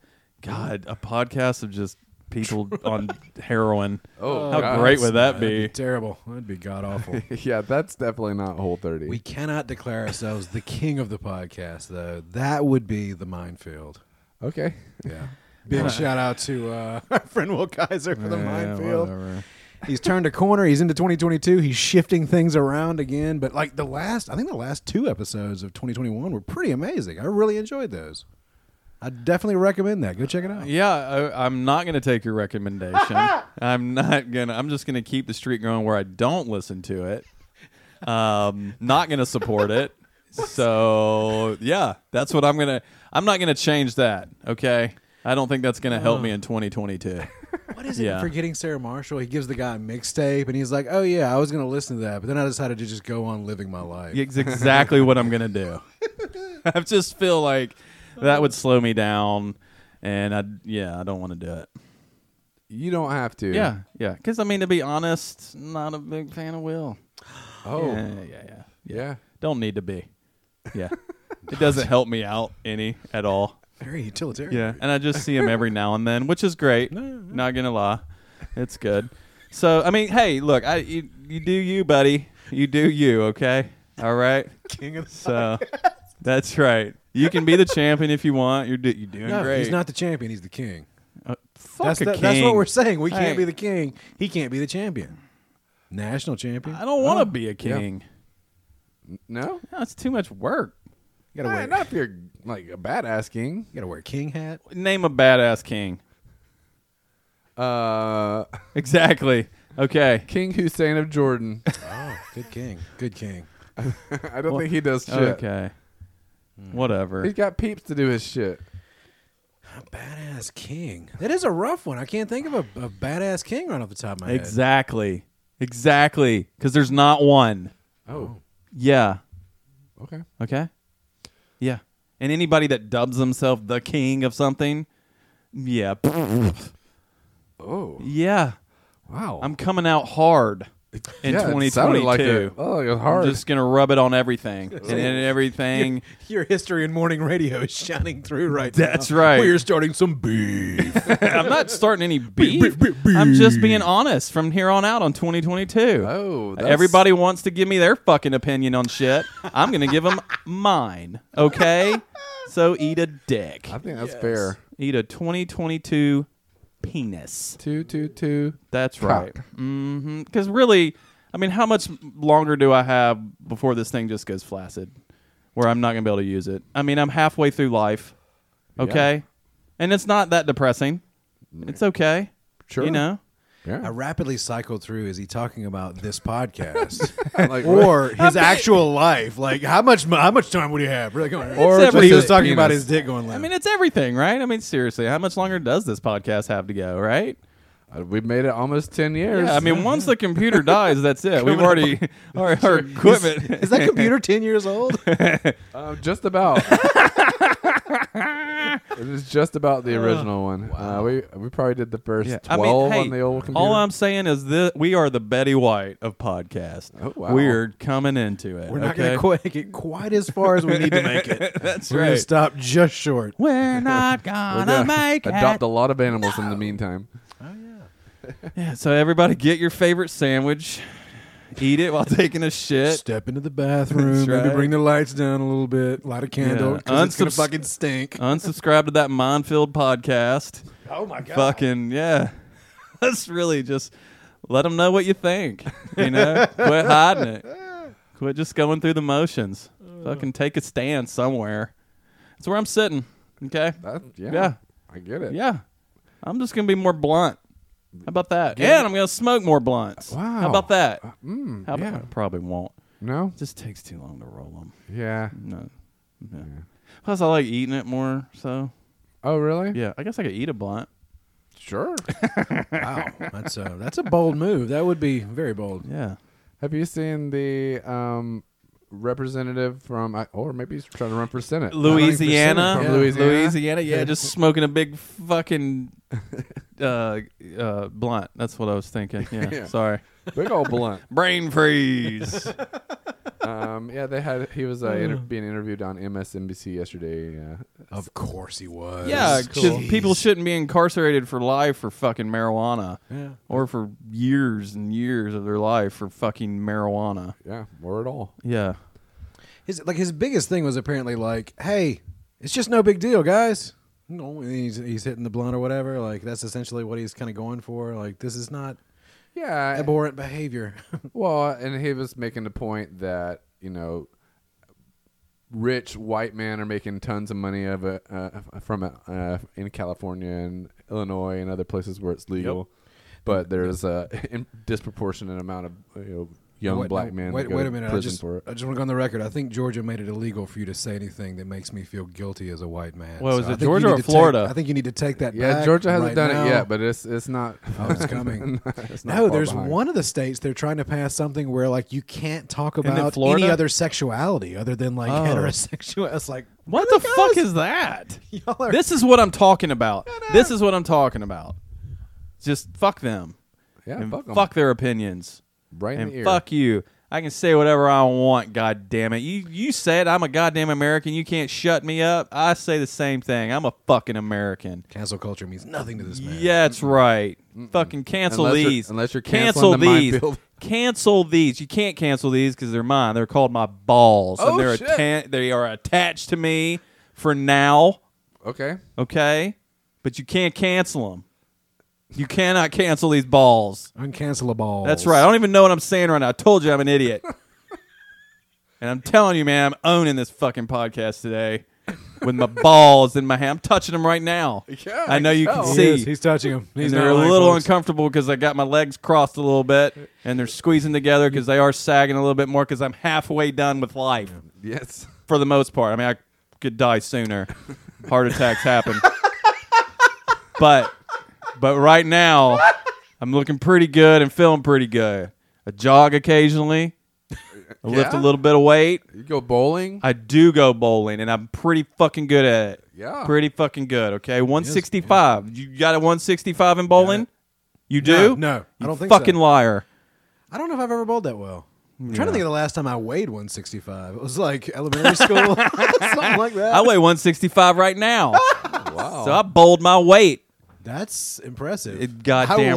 S4: God, a podcast of just people on heroin.
S1: Oh,
S4: How
S1: God.
S4: great would that
S3: That'd
S4: be?
S3: be terrible. That'd be god awful.
S1: Yeah, that's definitely not whole thirty.
S3: we cannot declare ourselves the king of the podcast, though. That would be the minefield.
S1: okay.
S3: Yeah. Big shout out to uh, our friend Will Kaiser for the
S4: Yeah,
S3: minefield.
S4: whatever.
S3: He's turned a corner. He's into 2022. He's shifting things around again. But like the last, I think the last two episodes of 2021 were pretty amazing. I really enjoyed those. I definitely recommend that. Go check it out.
S4: Yeah, I, I'm not going to take your recommendation. I'm not going to. I'm just going to keep the streak going where I don't listen to it. Um, not going to support it. So, yeah, that's what I'm going to. I'm not going to change that. Okay. I don't think that's going to help me in 2022.
S3: What is it
S4: Yeah.
S3: forgetting Sarah Marshall? He gives the guy a mixtape and he's like, "Oh yeah, I was going to listen to that, but then I decided to just go on living my life."
S4: It's exactly what I'm going to do. I just feel like that would slow me down. And I, yeah, I don't want to do it.
S1: You don't have to.
S4: Yeah. Yeah. Because, I mean, to be honest, not a big fan of Will.
S1: Oh.
S4: Yeah.
S1: Yeah.
S4: Uh, Yeah. Yeah. Don't need to be. Yeah. it doesn't help me out any at all.
S3: Very utilitarian.
S4: Yeah. And I just see him every now and then, which is great. Not going to lie. It's good. So, I mean, hey, look, I you, you do you, buddy. You do you, okay? All right.
S3: King of the-
S4: So, that's right. You can be the champion if you want. You're do, you're doing
S3: no,
S4: great.
S3: he's not the champion. He's the king.
S4: Uh, fuck
S3: That's
S4: a
S3: the-
S4: king.
S3: that's what we're saying. We can't
S4: Hey.
S3: be the king. He can't be the champion. National champion.
S4: I don't want to be a king.
S1: No.
S4: No, it's too much work.
S3: You gotta
S1: Nah,
S3: wear.
S1: not if you're like a badass king.
S3: You gotta wear a king hat.
S4: Name a badass king.
S1: Uh,
S4: Exactly. Okay.
S1: King Hussein of Jordan.
S3: Oh, good king. Good king.
S1: I don't think he does shit.
S4: Okay. Whatever.
S1: He's got peeps to do his shit.
S3: A badass king. That is a rough one. I can't think of a, a badass king right off the top of my head.
S4: Exactly. Exactly. Because there's not one.
S1: Oh.
S4: Yeah.
S1: Okay.
S4: Okay. Yeah. And anybody that dubs themselves the king of something, Yeah.
S1: Oh
S4: yeah.
S1: wow!
S4: I'm coming out hard in
S1: Yeah, it
S4: 2022.
S1: sounded Like it. Oh, it was hard.
S4: I'm just gonna rub it on everything and then everything.
S3: Your history in morning radio is shining through right now.
S4: That's right.
S3: We're starting some beef.
S4: I'm not starting any beef.
S3: beep, beep,
S4: I'm just being honest from here on out on 2022.
S1: oh, that's,
S4: Everybody wants to give me their fucking opinion on shit. I'm gonna give them mine. Okay. So eat a dick.
S1: I think that's fair.
S4: Eat a 2022 penis.
S1: Two, two, two.
S4: That's right.
S1: Cock.
S4: Mm-hmm. Because really, I mean, how much longer do I have before this thing just goes flaccid, where I'm not gonna be able to use it? I mean, I'm halfway through life. Okay, and it's not that depressing. It's okay.
S1: Mm. Sure.
S4: You know.
S1: Yeah.
S3: I rapidly cycled through. Is he talking about this podcast
S1: Like,
S3: or his actual life? Like how much mo- how much time would he have? Really going?
S4: Or
S3: Or
S4: just
S3: he was
S4: a
S3: talking about
S1: penis.
S3: his dick going. Limp.
S4: I mean, it's everything, right? I mean, seriously, how much longer does this podcast have to go, right?
S1: Uh, We've made it almost ten years.
S4: Yeah, I mean, once the computer dies, that's it. We've already our, our equipment.
S3: is that computer ten years old?
S1: Uh, just about. it is just about the original one. Uh, we we probably did the first
S4: Yeah, I mean,
S1: twelve
S4: hey,
S1: on the old computer.
S4: All I'm saying is that we are the Betty White of podcasts.
S1: Oh, wow.
S4: We're coming into it.
S3: We're not
S4: okay?
S3: going to get quite as far as we need to make it.
S4: That's
S3: We're going
S4: right.
S3: to stop just short.
S4: We're not
S1: We're
S4: gonna
S1: gonna
S4: make
S1: adopt
S4: it.
S1: a lot of animals in the meantime.
S4: Yeah, so everybody, get your favorite sandwich, eat it while taking a shit.
S3: Step into the bathroom.
S4: That's
S3: Maybe
S4: right.
S3: bring the lights down a little bit. Light a candle.
S4: Yeah.
S3: 'cause it's going
S4: Unsubs-
S3: to fucking stink.
S4: Unsubscribe to that minefield podcast.
S3: Oh my god!
S4: Fucking yeah. Let's really just let them know what you think. You know, quit hiding it. Quit just going through the motions. Fucking take a stand somewhere. That's where I'm sitting. Okay.
S1: That, yeah,
S4: Yeah.
S1: I get it.
S4: Yeah. I'm just gonna be more blunt. How about that?
S1: Yeah.
S4: And I'm gonna smoke more blunts.
S1: Wow.
S4: How about that?
S1: Mm,
S4: How
S1: yeah.
S4: about, I probably won't.
S1: No.
S4: It just takes too long to roll them.
S1: Yeah.
S4: No. no. Plus, I like eating it more. So
S1: Oh, really?
S4: yeah, I guess I could eat a blunt.
S1: Sure.
S3: Wow, that's a that's a bold move. That would be very bold.
S4: Yeah.
S1: Have you seen the um, representative from, I- or maybe he's trying to run for senate?
S4: Louisiana,
S1: From
S4: yeah.
S1: Louisiana?
S4: yeah, just smoking a big fucking uh, uh, blunt. That's what I was thinking. Yeah,
S1: Yeah.
S4: sorry,
S1: Big old blunt.
S4: brain freeze.
S1: Um, yeah, they had. He was uh, inter- being interviewed on MSNBC yesterday. Uh,
S3: Of course he was.
S4: yeah, 'cause
S3: Jeez.
S4: people shouldn't be incarcerated for life for fucking marijuana,
S3: Yeah.
S4: or for years and years of their life for fucking marijuana.
S1: yeah, or at all.
S4: Yeah,
S3: His like his biggest thing was apparently like, hey, it's just no big deal, guys. No, and he's he's hitting the blunt or whatever. Like that's essentially what he's kind of going for. Like this is not
S1: Yeah,
S3: abhorrent behavior.
S1: Well, and he was making the point that you know, rich white men are making tons of money of it uh, from it uh, in California and Illinois and other places where it's legal, but there's a in- disproportionate amount of you know young
S3: Wait,
S1: black
S3: no,
S1: men
S3: Wait,
S1: that go
S3: wait
S1: to
S3: a minute. I
S1: prison
S3: just
S1: for it.
S3: I just want to go on the record. I think Georgia made it illegal for you to say anything that makes me feel guilty as a white man.
S4: Well, is
S3: I
S4: it
S3: think you
S4: Georgia
S3: need
S4: or
S3: to take-
S4: Florida?
S3: I think you need to take that.
S1: Yeah,
S3: back
S1: Georgia hasn't
S3: right
S1: done
S3: now.
S1: it yet, but it's it's not.
S3: Oh, it's coming.
S1: it's not
S3: No,
S1: far
S3: there's
S1: behind.
S3: one of the states they're trying to pass something where like you can't talk
S4: it
S3: about
S4: Florida?
S3: any other sexuality other than like
S4: Oh.
S3: heterosexual. It's like
S4: what the fuck is that?
S3: y'all are
S4: This is what I'm talking about. This is what I'm talking about. Just fuck them.
S1: Yeah,
S4: and
S1: fuck 'em.
S4: fuck their opinions.
S1: right in the
S4: and
S1: ear.
S4: fuck you. I can say whatever I want. God damn it! You you said I'm a goddamn American. You can't shut me up. I say the same thing. I'm a fucking American.
S3: cancel culture means nothing to this man.
S4: Yeah, that's right. Fucking cancel
S1: Unless you're-
S4: these.
S1: unless you're
S4: cancel
S1: canceling the
S4: these.
S1: minefield.
S4: Cancel these. You can't cancel these because they're mine. They're called my balls,
S1: Oh,
S4: and they're
S1: shit.
S4: atta- they are attached to me for now.
S1: Okay.
S4: Okay, but you can't cancel them. You cannot cancel these balls.
S3: Uncancelable.
S4: That's right. I don't even know what I'm saying right now. I told you I'm an idiot. and I'm telling you, man, I'm owning this fucking podcast today with my balls in my hand. I'm touching them right now.
S1: Yeah,
S4: I know you
S1: I
S4: can
S1: can
S3: He
S4: see.
S3: is. He's touching him. He's
S4: and they're
S3: not
S4: a
S3: lying,
S4: little
S3: folks.
S4: uncomfortable because I got my legs crossed a little bit and they're squeezing together because they are sagging a little bit more because I'm halfway done with life
S1: Yes.
S4: for the most part. I mean, I could die sooner. Heart attacks happen. but but right now, I'm looking pretty good and feeling pretty good. I jog occasionally. I lift a
S1: Yeah?
S4: little bit of weight.
S1: You go bowling.
S4: I do go bowling, and I'm pretty fucking good at it.
S1: Yeah.
S4: Pretty fucking good, okay? 165. You got a 165 in bowling? You do?
S3: No, no, I
S4: You
S3: don't think
S4: fucking
S3: so.
S4: liar.
S3: I don't know if I've ever bowled that well. I'm trying to think of the last time I weighed 165. It was like elementary school, something like that.
S4: I weigh 165 right now.
S1: Wow.
S4: so I bowled my weight.
S3: That's impressive.
S4: It,
S3: I will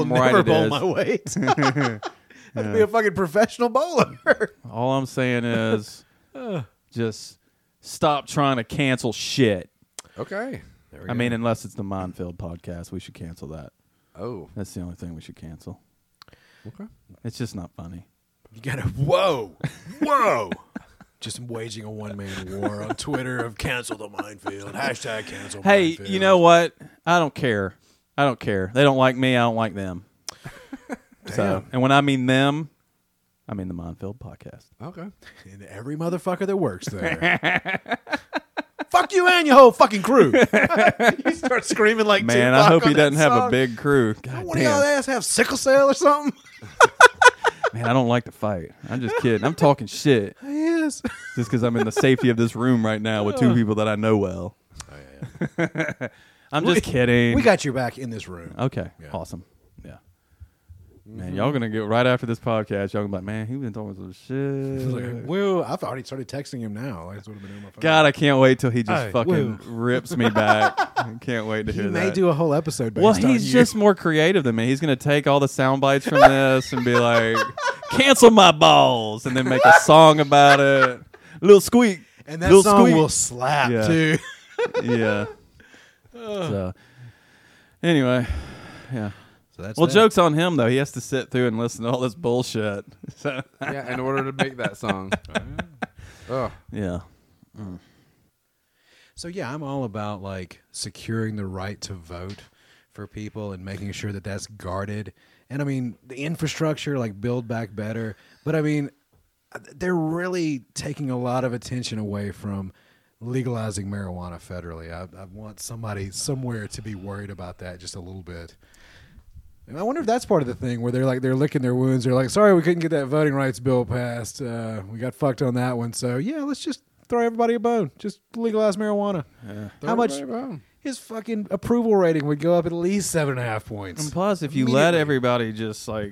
S4: goddamn right
S3: never
S4: it
S3: bowl
S4: is.
S3: my weight. I'd be a fucking professional bowler.
S4: All I'm saying is just stop trying to cancel shit.
S1: okay.
S4: I mean, unless it's the Minefield podcast, we should cancel that.
S1: Oh.
S4: That's the only thing we should cancel.
S1: Okay.
S4: It's just not funny.
S3: You gotta whoa, whoa. Just waging a one man war on Twitter of cancel the minefield. Hashtag cancel.
S4: Hey,
S3: minefield.
S4: you know what? I don't care. I don't care. They don't like me. I don't like them. so, and when I mean them, I mean the Minefield podcast.
S1: Okay.
S3: And every motherfucker that works there. Fuck you and your whole fucking crew. you start screaming like
S4: Man,
S3: Tupac
S4: I hope
S3: on
S4: he
S3: that
S4: doesn't have a
S3: song.
S4: big crew. God
S3: One of y'all
S4: damn.
S3: ass have sickle cell or something?
S4: Man, I don't like to fight. I'm just kidding. I'm talking shit
S3: yes.
S4: just because I'm in the safety of this room right now with two people that I know well. I'm just kidding.
S3: We got your back in this room.
S4: Okay.
S3: Yeah.
S4: Awesome. Yeah.
S3: Mm-hmm.
S4: Man, y'all gonna get right after this podcast. Y'all gonna be like, man, he been talking some shit.
S3: Woo! I've already started texting him now. That's what I've been doing on my phone.
S4: God, I can't wait till he just
S3: Hey,
S4: fucking rips me back. I can't wait to
S3: he
S4: hear
S3: may
S4: that.
S3: do a whole episode based
S4: well,
S3: on
S4: he's
S3: you.
S4: just more creative than me. He's gonna take all the sound bites from this and be like, "Cancel my balls," and then make a song about it. Little squeak,
S3: and that
S4: Lil
S3: song
S4: Squeak.
S3: will slap
S4: Yeah.
S3: too.
S4: yeah. So, anyway, yeah.
S3: So that's
S4: Well,
S3: that.
S4: joke's on him though. He has to sit through and listen to all this bullshit. So,
S1: Yeah, in order to make that song. oh.
S4: yeah.
S3: So yeah, I'm all about like securing the right to vote for people and making sure that that's guarded. And I mean, the infrastructure like build back better, but I mean, they're really taking a lot of attention away from legalizing marijuana federally. I, I want somebody somewhere to be worried about that just a little bit. And I wonder if that's part of the thing where they're like they're licking their wounds. They're like, "Sorry, we couldn't get that voting rights bill passed. Uh, we got fucked on that one. So yeah, let's just throw everybody a bone. Just legalize marijuana. How much his fucking approval rating would go up at least seven and a half points?
S4: And plus, if you let
S3: Immediately.
S4: everybody just like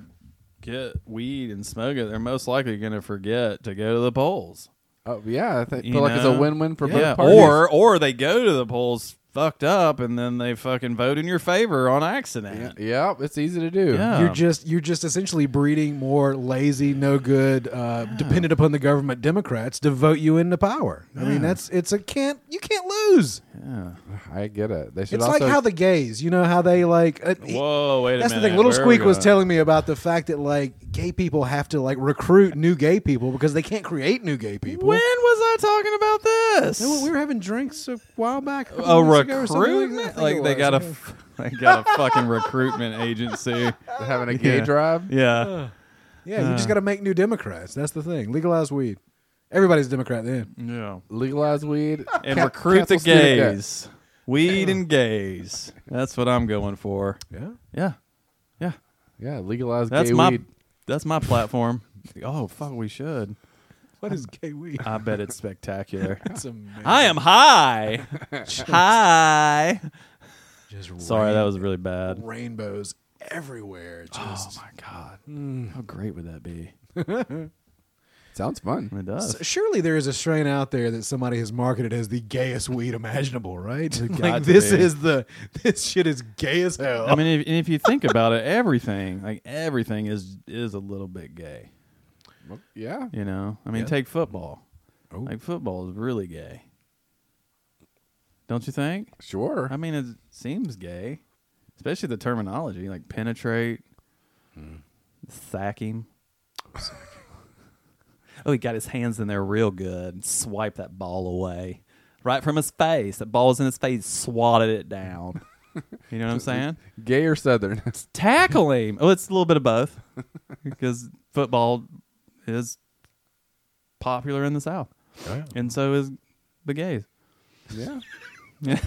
S4: get weed and smoke it, they're most likely going to forget to go to the polls.
S1: Oh, yeah, I think,
S4: You
S1: feel like it's a
S4: know?
S1: win-win for
S4: yeah,
S1: both parties.
S4: or or they go to the polls fucked up, and then they fucking vote in your favor on accident.
S1: yeah, it's easy to do.
S4: Yeah.
S3: You're just you're just essentially breeding more lazy, no good, uh, dependent upon the government Democrats to vote you into power. I mean, that's it's a can't you can't lose.
S4: Yeah.
S1: I get it. They should
S3: It's
S1: also
S3: like how the gays, you know, how they like. uh,
S4: Whoa, wait a
S3: That's the
S4: minute.
S3: thing. Little
S4: Where are
S3: Squeak
S4: we
S3: was
S4: going?
S3: telling me about the fact that like gay people have to like recruit new gay people because they can't create new gay people.
S4: When was I talking about this?
S3: No, we were having drinks a while back. couple
S4: a
S3: weeks ago or something like that. I
S4: recruitment,
S3: think
S4: like,
S3: it
S4: they
S3: was.
S4: got a f- they got a fucking recruitment agency.
S1: having a gay
S4: Yeah.
S1: drive.
S4: Yeah,
S3: yeah.
S4: Uh.
S3: You just got to make new Democrats. That's the thing. Legalize weed. Everybody's Democrat then.
S4: yeah.
S1: legalize weed
S4: and
S1: ca-
S4: recruit the
S1: cancel student debt.
S4: gays. Weed and gays. That's what I'm going for.
S3: Yeah.
S4: Yeah. Yeah.
S1: Yeah, legalize
S4: That's
S1: gay
S4: my
S1: weed.
S4: that's my platform. oh fuck, we should.
S3: What is gay weed?
S4: I bet it's spectacular.
S3: It's amazing.
S4: I am high. high.
S3: Just
S4: Sorry,
S3: rain-
S4: that was really bad.
S3: rainbows everywhere.
S4: Oh
S3: Just
S4: my god. How great would that be?
S1: Sounds fun.
S4: It does.
S3: So surely there is a strain out there that somebody has marketed as the gayest weed imaginable, right? like
S4: got to
S3: this
S4: be.
S3: is the this shit is gay as hell.
S4: I mean, if, and if you think about it, everything, like everything is is a little bit gay.
S1: Yeah.
S4: You know, I mean, take football.
S3: Oh.
S4: Like football is really gay. Don't you think?
S1: Sure.
S4: I mean, it seems gay, especially the terminology like penetrate, sack him. oh, he got his hands in there real good. Swipe that ball away, right from his face. That ball's in his face. Swatted it down. you know what I'm saying?
S1: gay or southern?
S4: Tackle him. Oh, it's a little bit of both, because football is popular in the South,
S3: Yeah.
S4: and so is the gays.
S1: yeah.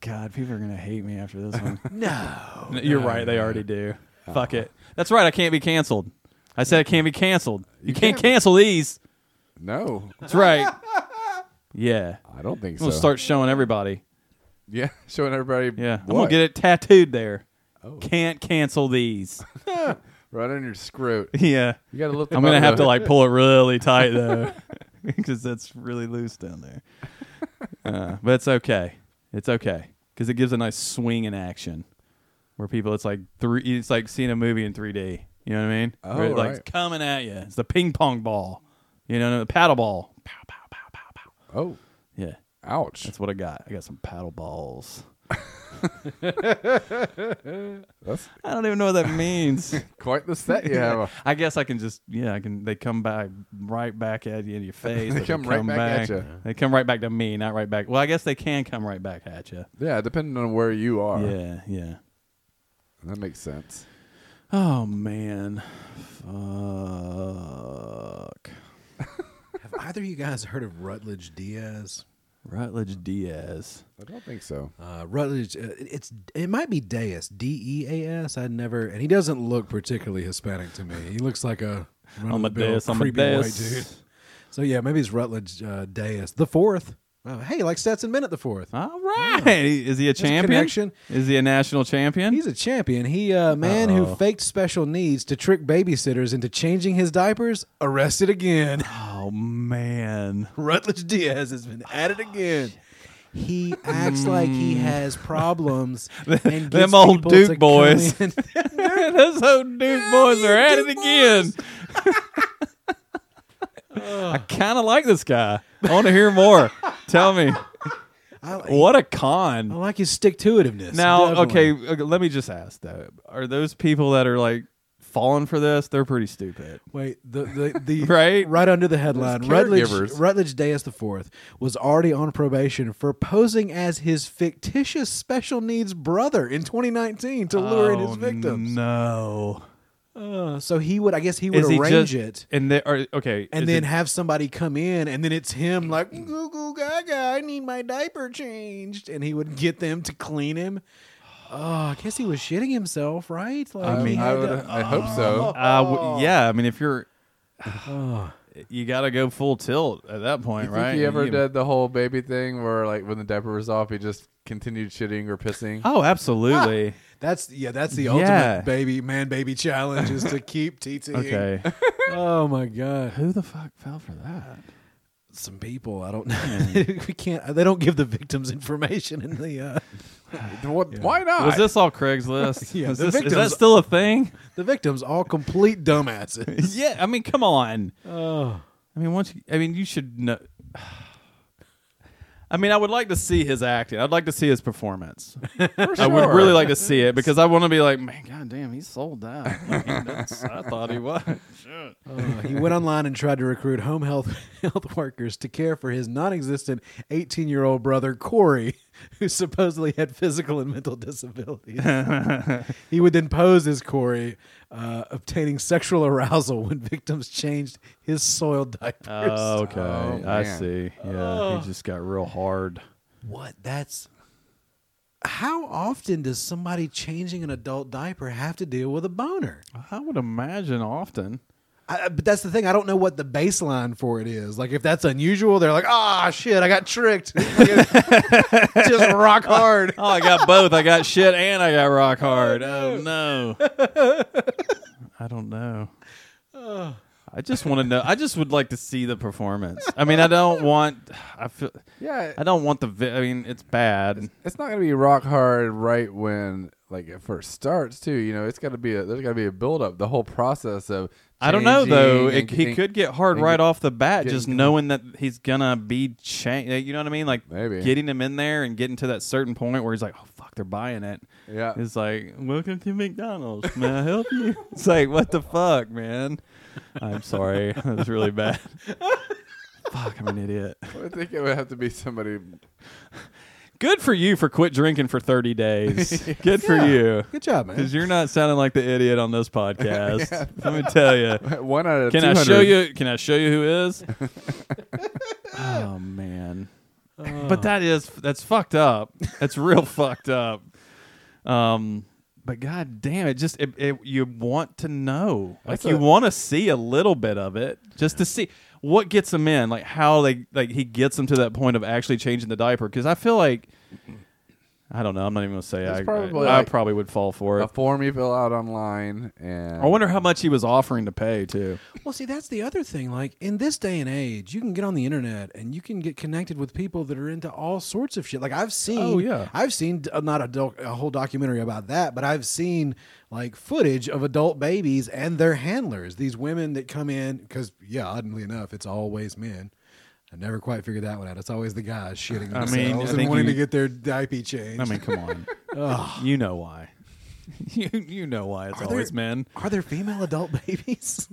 S4: God, people are gonna hate me after this one.
S3: no.
S4: Oh, You're right. They already do. Fuck it. That's right. I can't be canceled. I said I can't be canceled. You,
S1: can't
S4: can't,
S1: be.
S4: cancel these.
S1: No.
S4: That's right. Yeah.
S1: I don't think
S4: I'm gonna
S1: so.
S4: start showing everybody.
S1: yeah, showing everybody.
S4: Yeah. I'm
S1: what?
S4: gonna get it tattooed there.
S1: Oh.
S4: Can't cancel these.
S1: right on your scrot.
S4: yeah.
S1: You gotta look.
S4: I'm
S1: above
S4: gonna have
S1: the-
S4: to like pull it really tight though, because that's really loose down there. Uh, but it's okay. It's okay because it gives a nice swing in action, where people it's like three. It's like seeing a movie in 3D. You know what I mean?
S1: Oh,
S4: Where it's, like
S1: right.
S4: coming at you. It's the ping pong ball. You know, the paddle ball. Pow pow pow pow pow.
S1: Oh,
S4: Yeah,
S1: ouch!
S4: that's what I got. I got some paddle balls.
S1: That's
S4: I don't even know what that means.
S1: quite the set you have.
S4: I guess I can just yeah, I can they come back right back at you in your face.
S1: They
S4: or
S1: come right back at ya.
S4: They come right back to me, not right back. Well, I guess they can come right back at you.
S1: Yeah, depending on where you are.
S4: Yeah, yeah.
S1: That makes sense.
S4: Oh man. Fuck.
S3: Have either of you guys heard of Rutledge Diaz?
S4: Rutledge Diaz.
S1: I don't think so.
S3: Uh, Rutledge, uh, it- it's it might be Diaz, D E A S. I never, and he doesn't look particularly Hispanic to me. He looks like a run-of-the-mill
S4: Amadeus,
S3: creepy white dude.
S4: Amadeus.
S3: So yeah, maybe it's Rutledge uh, Diaz the fourth. Oh, hey, like Stetson Bennett the fourth.
S4: All
S1: Oh.
S4: right. Is he a
S3: a
S4: champion?
S3: connection.
S4: Is he a national champion?
S3: He's a champion. He uh, man who
S4: Uh-oh.
S3: faked special needs to trick babysitters into changing his diapers. Arrested again.
S4: oh man.
S3: Rutledge Diaz has been at it again. He acts like he has problems. and gets
S4: Hmm. Them old
S3: people
S4: Duke
S3: to come
S4: boys.
S3: in.
S4: Those old Duke boys are at it again. I kind of like this guy. I want to hear more. Tell me,
S3: I, like-
S4: what a
S3: I
S4: con.
S3: like his stick to itiveness.
S4: Now, okay, okay, let me just ask though: Are those people that are like falling for this? They're pretty stupid.
S3: Wait, the the, the
S4: Right?
S3: right under the headline, Rutledge
S1: caregivers.
S3: Rutledge Diaz the fourth was already on probation for posing as his fictitious special needs brother in 2019 to lure in his victims.
S4: Oh, No,
S3: Uh, so he would, I guess, he would arrange it.
S4: And they are okay.
S3: And
S4: is
S3: then
S4: it-
S3: have somebody come in, and then it's him like goo goo gaga. I need my diaper changed, and he would get them to clean him. Oh, I guess he was shitting himself, right? Like
S1: I
S3: he
S1: mean, I,
S3: had
S1: would,
S3: to-
S1: I hope so.
S4: Uh, w- yeah, I mean, if you're, you got to go full tilt at that point,
S1: You
S4: right?
S1: think he ever
S4: You-
S1: did the whole baby thing where, like, when the diaper was off, he just continued shitting or pissing?
S4: Oh, absolutely.
S3: That's yeah. That's the
S4: Yeah.
S3: ultimate baby man baby challenge is to keep TT.
S4: Okay.
S3: Oh my god.
S4: Who the fuck fell for that?
S3: Some people I don't know.
S4: Hmm.
S3: we can't. They don't give the victims information in the. Uh,
S1: What, Why not?
S4: Was this all Craigslist?
S3: Yeah,
S4: is,
S3: the
S4: this, is that
S3: victims-
S4: still a thing?
S3: the victims all complete dumbasses.
S4: yeah, I mean, come on.
S3: Oh.
S4: I mean, once you, I mean, you should know. I mean, I would like to see his acting. I'd like to see his performance. I would
S1: sure.
S4: really like to see it because I want to be like, man, goddamn, he sold out. Like, that's- I thought he was.
S3: Uh, he went online and tried to recruit home health health workers to care for his non-existent 18-year-old brother Corey, who supposedly had physical and mental disabilities. he would then pose as Corey, uh, obtaining sexual arousal when victims changed his soiled diapers.
S4: Oh, okay,
S1: Oh,
S4: I
S1: man.
S4: see. Yeah, he just got real hard.
S3: What? That's how often does somebody changing an adult diaper have to deal with a boner?
S4: I would imagine often.
S3: I, I- but that's the thing. I don't know what the baseline for it is. Like, if that's unusual, they're like, "Ah, shit, I got tricked." Just rock hard.
S4: Oh, I got both. I got shit and I got rock hard. Oh no. I don't know. I just want to know. I just would like to see the performance. I mean, I don't want. I feel.
S1: yeah,
S4: I don't want the. Vi- I mean, it's bad.
S1: it's not gonna be rock hard right when like it first starts too. You know, it's got to be a, there's got to be a build up. The whole process of
S4: I don't know
S1: changing
S4: though.
S1: and
S4: It, he
S1: getting-
S4: could get hard
S1: and
S4: right
S1: get-
S4: off the bat,
S1: getting
S4: just
S1: com-
S4: knowing that he's gonna be changed. You know what I mean? Like
S1: Maybe.
S4: getting him in there and getting to that certain point where he's like, "Oh fuck, they're buying it."
S1: Yeah.
S4: It's like, welcome to McDonald's. May I help you? It's like, what the fuck, man? I'm sorry. That was really bad. fuck, I'm an idiot.
S1: I would think it would have to be somebody.
S4: Good for you for quit drinking for 30 days. Good for you.
S3: Good job,
S4: Because
S3: man.
S4: you're not sounding like the idiot on this podcast. Let me tell you.
S1: One out of
S4: Can
S1: 200.
S4: I show you? Can I show you who is? oh man, but that is that's fucked up. That's real fucked up. Um, but god damn it, just it, it, you want to know, like
S1: That's
S4: you
S1: a-
S4: want to see a little bit of it, just to see. what gets him in? Like how they like he gets him to that point of actually changing the diaper? Because I feel like I don't know. I'm not even gonna say
S1: It's
S4: I.
S1: probably
S4: I,
S1: like-
S4: I probably would fall for
S1: A
S4: it.
S1: form you fill out online, and
S4: I wonder how much he was offering to pay too.
S3: Well, see, that's the other thing. Like in this day and age, you can get on the internet and you can get connected with people that are into all sorts of shit. Like I've seen,
S4: Oh, yeah.
S3: I've seen uh, not a, doc- a whole documentary about that, but I've seen like footage of adult babies and their handlers. These women that come in because, yeah, oddly enough, it's always men. I never quite figured that one out. It's always the guys shitting
S4: I
S3: themselves
S4: mean, I
S3: and
S4: think
S3: wanting
S4: you-
S3: to get their diaper changed.
S4: I mean, come on. You know why? you you know why it's
S3: Are there-
S4: always men.
S3: are there female adult babies?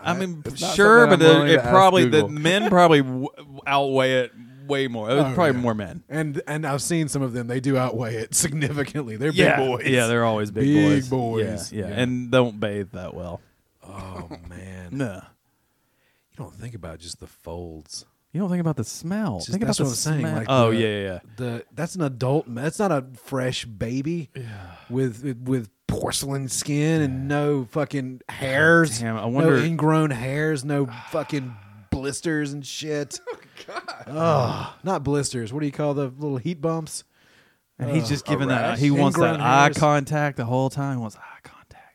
S4: I mean,
S1: It's not
S4: sure,
S1: something
S4: but
S1: I'm
S4: it,
S1: willing to
S4: it
S1: ask
S4: probably the
S1: Google.
S4: men probably w- outweigh it way more. It was
S3: Oh,
S4: probably
S3: yeah.
S4: more men.
S3: And and I've seen some of them. They do outweigh it significantly. They're big boys.
S4: yeah, they're always big,
S3: Big
S4: boys.
S3: boys.
S4: Yeah, yeah,
S3: Yeah.
S4: and don't bathe that well.
S3: Oh man,
S4: No,
S3: you don't think about just the folds.
S4: you don't think about the smell.
S3: Just-
S4: think about
S3: that's
S4: the
S3: what I'm saying,
S4: smell.
S3: like
S4: oh
S3: the-
S4: yeah, yeah, yeah.
S3: The that's an adult. ma- That's not a fresh baby with with- with porcelain skin and no fucking hairs.
S4: damn, I wonder-
S3: no ingrown hairs, no fucking blisters and shit. Oh, not blisters. What do you call the little heat bumps?
S4: And he's just giving
S1: rash?
S4: that. He wants that
S3: Ingrown
S4: eye
S3: hairs.
S4: contact the whole time. He wants eye contact.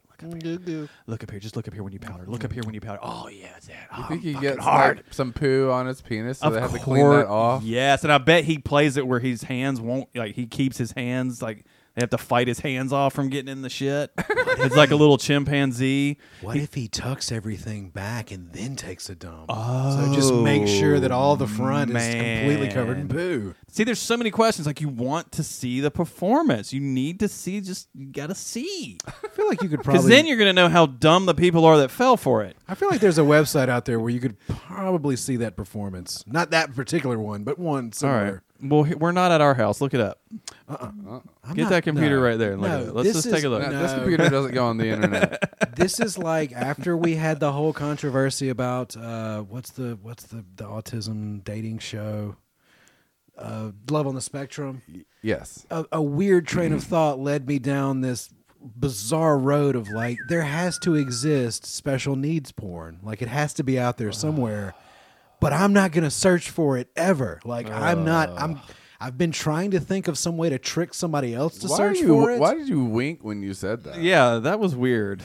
S4: Look up here.
S3: Goo-goo.
S4: Look up here. Just look up here when you powder. Look up here when you powder. Oh yeah, it's that.
S1: I
S4: Oh,
S1: think he
S4: fucking
S1: gets
S4: hard.
S1: like, some poo on his penis, so
S4: of
S1: they have
S4: course,
S1: to clean that off.
S4: yes, and I bet he plays it where his hands won't like he keeps his hands like they have to fight his hands off from getting in the shit. it's like a little chimpanzee.
S3: What if he tucks everything back and then takes a dump? so just make sure that all the front is completely covered
S4: man.
S3: in poo.
S4: See, there's so many questions. Like you want to see the performance. You need to see. Just you gotta see,
S3: I feel like you could
S4: because
S3: probably.
S4: then you're gonna know how dumb the people are that fell for it.
S3: I feel like there's a website out there where you could probably see that performance. Not that particular one, but one
S4: All
S3: somewhere. Uh-uh.
S4: right. Well, he- we're not at our house. Look it up.
S3: I'm
S4: Get
S3: not-
S4: that computer
S3: no.
S4: right there and look
S3: No,
S4: at it. Let's
S3: this
S4: just
S3: is-
S4: take a look.
S1: No,
S3: no.
S1: This computer doesn't go on the internet.
S3: this is like after we had the whole controversy about uh, what's the what's the, the autism dating show, uh, Love on the Spectrum.
S1: yes.
S3: a, a weird train of thought led me down this bizarre road of like there has to exist special needs porn like it has to be out there somewhere but i'm not going to search for it ever like i'm not
S4: Uh.
S3: i'm i've been trying to think of some way to trick somebody else to
S1: why are
S3: search
S1: you?
S3: for it
S1: Why did you wink when you said that?
S4: Yeah, that was weird.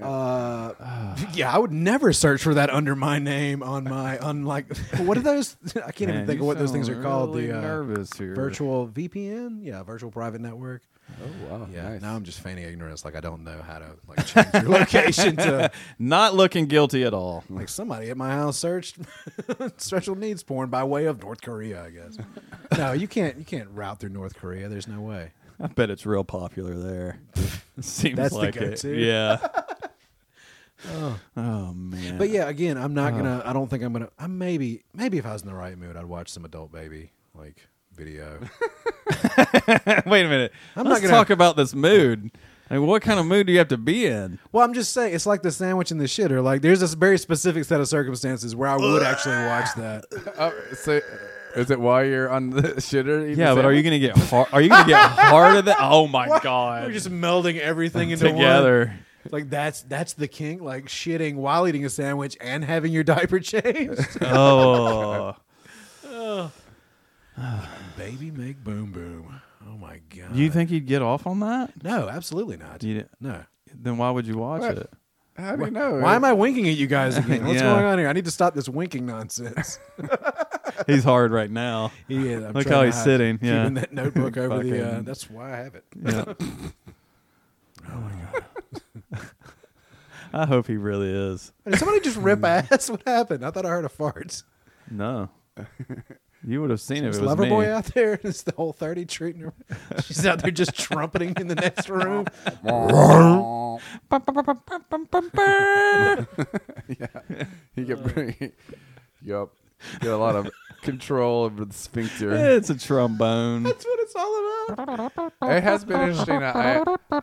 S3: Uh, yeah i would never search for that under my name on my unlike what are those i can't even
S4: Man,
S3: think
S4: you
S3: of what those
S4: sound
S3: things are called
S4: really
S3: the uh,
S4: nervous here.
S3: virtual vpn yeah virtual private network
S1: Oh wow.
S3: Yeah,
S1: nice.
S3: now I'm just feigning ignorance, like I don't know how to like change your location to
S4: Not looking guilty at all.
S3: like somebody at my house searched special needs porn by way of North Korea, I guess. No, you can't you can't route through North Korea. There's no way.
S4: I bet it's real popular there. Seems
S3: That's the
S4: like it.
S3: go-to.
S4: Yeah. oh. man.
S3: But yeah, Oh. again, I'm not gonna. I don't think I'm gonna. I maybe maybe if I was in the right mood, I'd watch some adult baby like video.
S4: Wait a minute.
S3: I'm
S4: Let's
S3: not gonna-
S4: talk about this mood. I mean, what kind of mood do you have to be in?
S3: well, I'm just saying it's like the sandwich and the shitter. Like there's this very specific set of circumstances where I would actually watch that.
S1: Oh, so, is it while you're on the shitter? eating
S4: Yeah,
S1: the
S4: but are you
S1: sandwich?
S4: gonna get hard? Are you gonna get hard of that? Oh my god!
S3: We're just melding everything into one.
S4: together.
S3: Like that's that's the kink, like shitting while eating a sandwich and having your diaper changed.
S4: Oh.
S3: Baby make boom boom. Oh my god.
S4: Do you think you'd get off on that?
S3: No, absolutely not.
S4: You didn't-
S3: no.
S4: Then why would you watch
S1: What?
S4: it?
S1: How do you know?
S3: Why am I winking at you guys again? What's
S4: Yeah.
S3: going on here? I need to stop this winking nonsense.
S4: He's hard right now.
S3: He is. I'm
S4: Look
S3: trying
S4: how
S3: to
S4: he's
S3: hide-
S4: sitting,
S3: Keeping
S4: yeah.
S3: that notebook over the. Uh,
S4: Fucking-
S3: that's why I have it.
S4: Yeah. oh my god. I hope he really is.
S3: Did somebody just rip ass? What happened? I thought I heard a fart.
S4: No. You would have seen it. if
S3: Is
S4: it was me.
S3: Loverboy out there? Is the whole thirty treating her? She's out there just trumpeting in the next room.
S1: You get pretty. yep. You get a lot of control over the sphincter.
S4: it's a trombone.
S3: That's what it's all about.
S1: It has been interesting. I, I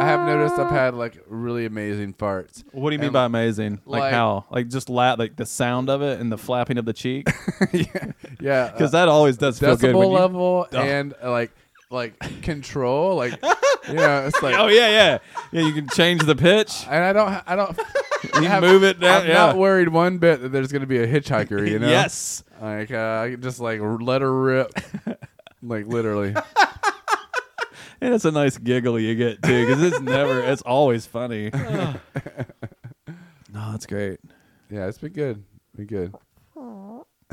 S1: I have noticed I've had like really amazing farts.
S4: What do you mean
S1: And,
S4: by amazing? Like,
S1: like-
S4: how? Like just la- like the sound of it and the flapping of the cheek?
S1: Yeah.
S4: Because that always does feel good. when
S1: decibel
S4: you-
S1: level
S4: Ugh.
S1: and uh, like like control like you know it's like
S4: Oh yeah, yeah, yeah. You can change the pitch.
S1: and I don't ha- I don't
S4: You move it down.
S1: I'm
S4: yeah.
S1: not worried one bit that there's going to be a hitchhiker. You know?
S4: Yes.
S1: Like uh, I could just like r- let her rip. like literally.
S4: And it's a nice giggle you get too, because it's never, it's always funny. no, that's great.
S1: Yeah, it's been good. Been good.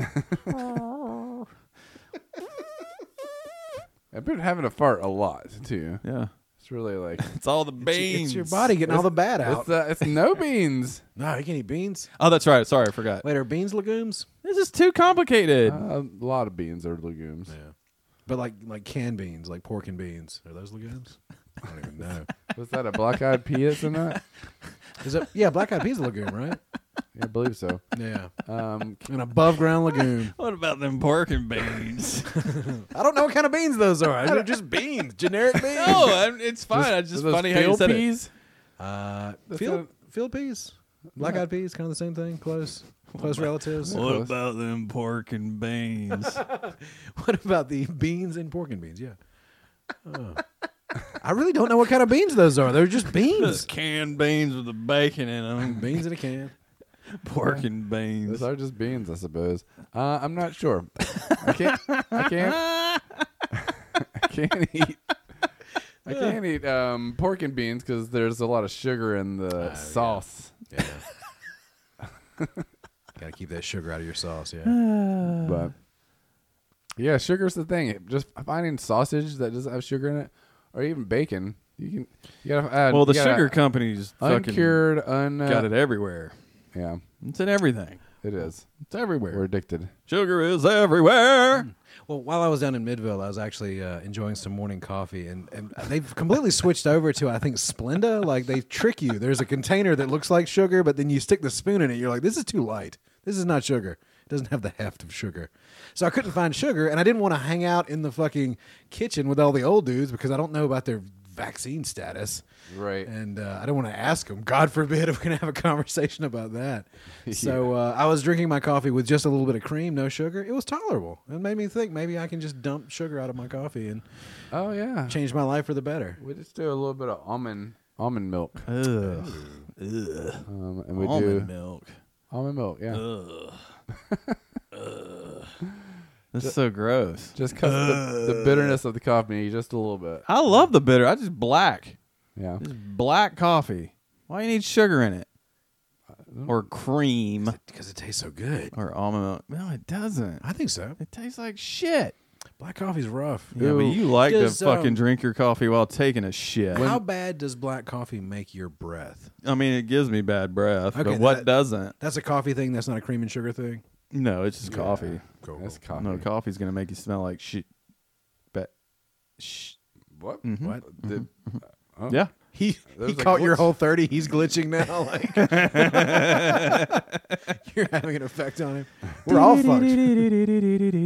S1: I've been having a fart a lot too.
S4: Yeah,
S1: It's really like
S4: it's all the beans.
S3: It's your body getting all the bad out.
S1: it's uh, it's no beans.
S3: no, you can eat beans.
S4: Oh, that's right. Sorry, I forgot.
S3: Wait, are beans legumes?
S4: This is too complicated.
S1: Uh, a lot of beans are legumes.
S3: But like like canned beans, like pork and beans. Are those legumes? I don't even know.
S1: Was that a black eyed pea that's in that?
S3: Is it? Yeah, black eyed peas a legume, right?
S1: Yeah, I believe so.
S3: Yeah,
S1: Um,
S3: an above ground legume.
S4: what about them pork and beans?
S3: I don't know what kind of beans those are. They're just beans, generic beans.
S4: no, I'm, it's fine. it's just
S1: those
S4: funny how you
S1: field
S4: said
S1: peas?
S3: Uh, field field peas, black eyed peas, kind of the same thing. Close, close relatives.
S4: it. What about them pork and beans?
S3: What about the beans and pork and beans? Yeah. Oh. I really don't know what kind of beans those are. They're just
S4: Those
S3: beans.
S4: canned beans with the bacon in them.
S3: beans in a can.
S4: Pork and beans.
S1: Those are just beans, I suppose. Uh, I'm not sure. I can't. I can't. I can't eat. I can't eat um, pork and beans because there's a lot of sugar in
S4: Oh,
S1: the sauce.
S3: Yeah. Gotta keep that sugar out of your sauce. Yeah.
S1: But yeah, sugar's the thing. It just finding sausage that doesn't have sugar in it, or even bacon. You can. You gotta add.
S4: Well, the
S1: you gotta-
S4: sugar companies fucking
S1: uncured, un. uh,
S4: got it everywhere.
S1: Yeah,
S4: It's in everything.
S1: it is.
S4: It's everywhere.
S1: We're addicted.
S4: Sugar is everywhere.
S3: Well, while I was down in Midville, I was actually uh, enjoying some morning coffee, and, and they've completely switched over to I think Splenda. Like they trick you. There's a container that looks like sugar, but then you stick the spoon in it. You're like, this is too light. This is not sugar. It doesn't have the heft of sugar. So I couldn't find sugar, and I didn't want to hang out in the fucking kitchen with all the old dudes because I don't know about their vaccine status.
S1: Right.
S3: and uh, I don't want to ask him. God forbid if we're going to have a conversation about that. So uh, I was drinking my coffee with just a little bit of cream, no sugar. It was tolerable. It made me think maybe I can just dump sugar out of my coffee and
S1: Oh yeah.
S3: change my life for the better.
S1: We just do a little bit of almond almond milk,
S4: Ugh.
S1: um, and Mm. we do
S4: Almond milk.
S1: almond milk. Yeah,
S4: That's so gross.
S1: just cut the, the bitterness of the coffee just a little bit.
S4: I love the bitter. I just black.
S1: Yeah,
S4: Just black coffee. Why you need sugar in it? Or cream
S3: Because it tastes so good.
S4: or almond milk. No, it doesn't.
S3: I think so.
S4: It tastes like shit.
S3: Black coffee's rough.
S4: Yeah, but you like to
S3: Does, um,
S4: fucking drink your coffee while taking a shit.
S3: How bad does black coffee make your breath?
S4: I mean, it gives me bad breath,
S3: Okay,
S4: but what
S3: that-
S4: doesn't?
S3: That's a coffee thing. That's not a cream and sugar thing.
S4: No, it's just coffee.
S3: Cool.
S1: that's
S3: cool.
S1: coffee.
S4: No, coffee's gonna make you smell like shit. But sh-
S1: What?
S4: Mm.
S3: What?
S1: Did-
S4: yeah,
S3: He,
S1: There's
S3: he
S1: a
S3: caught your
S1: glitch.
S3: whole 30. He's glitching now. Like You're having an effect on him. We're all fucked.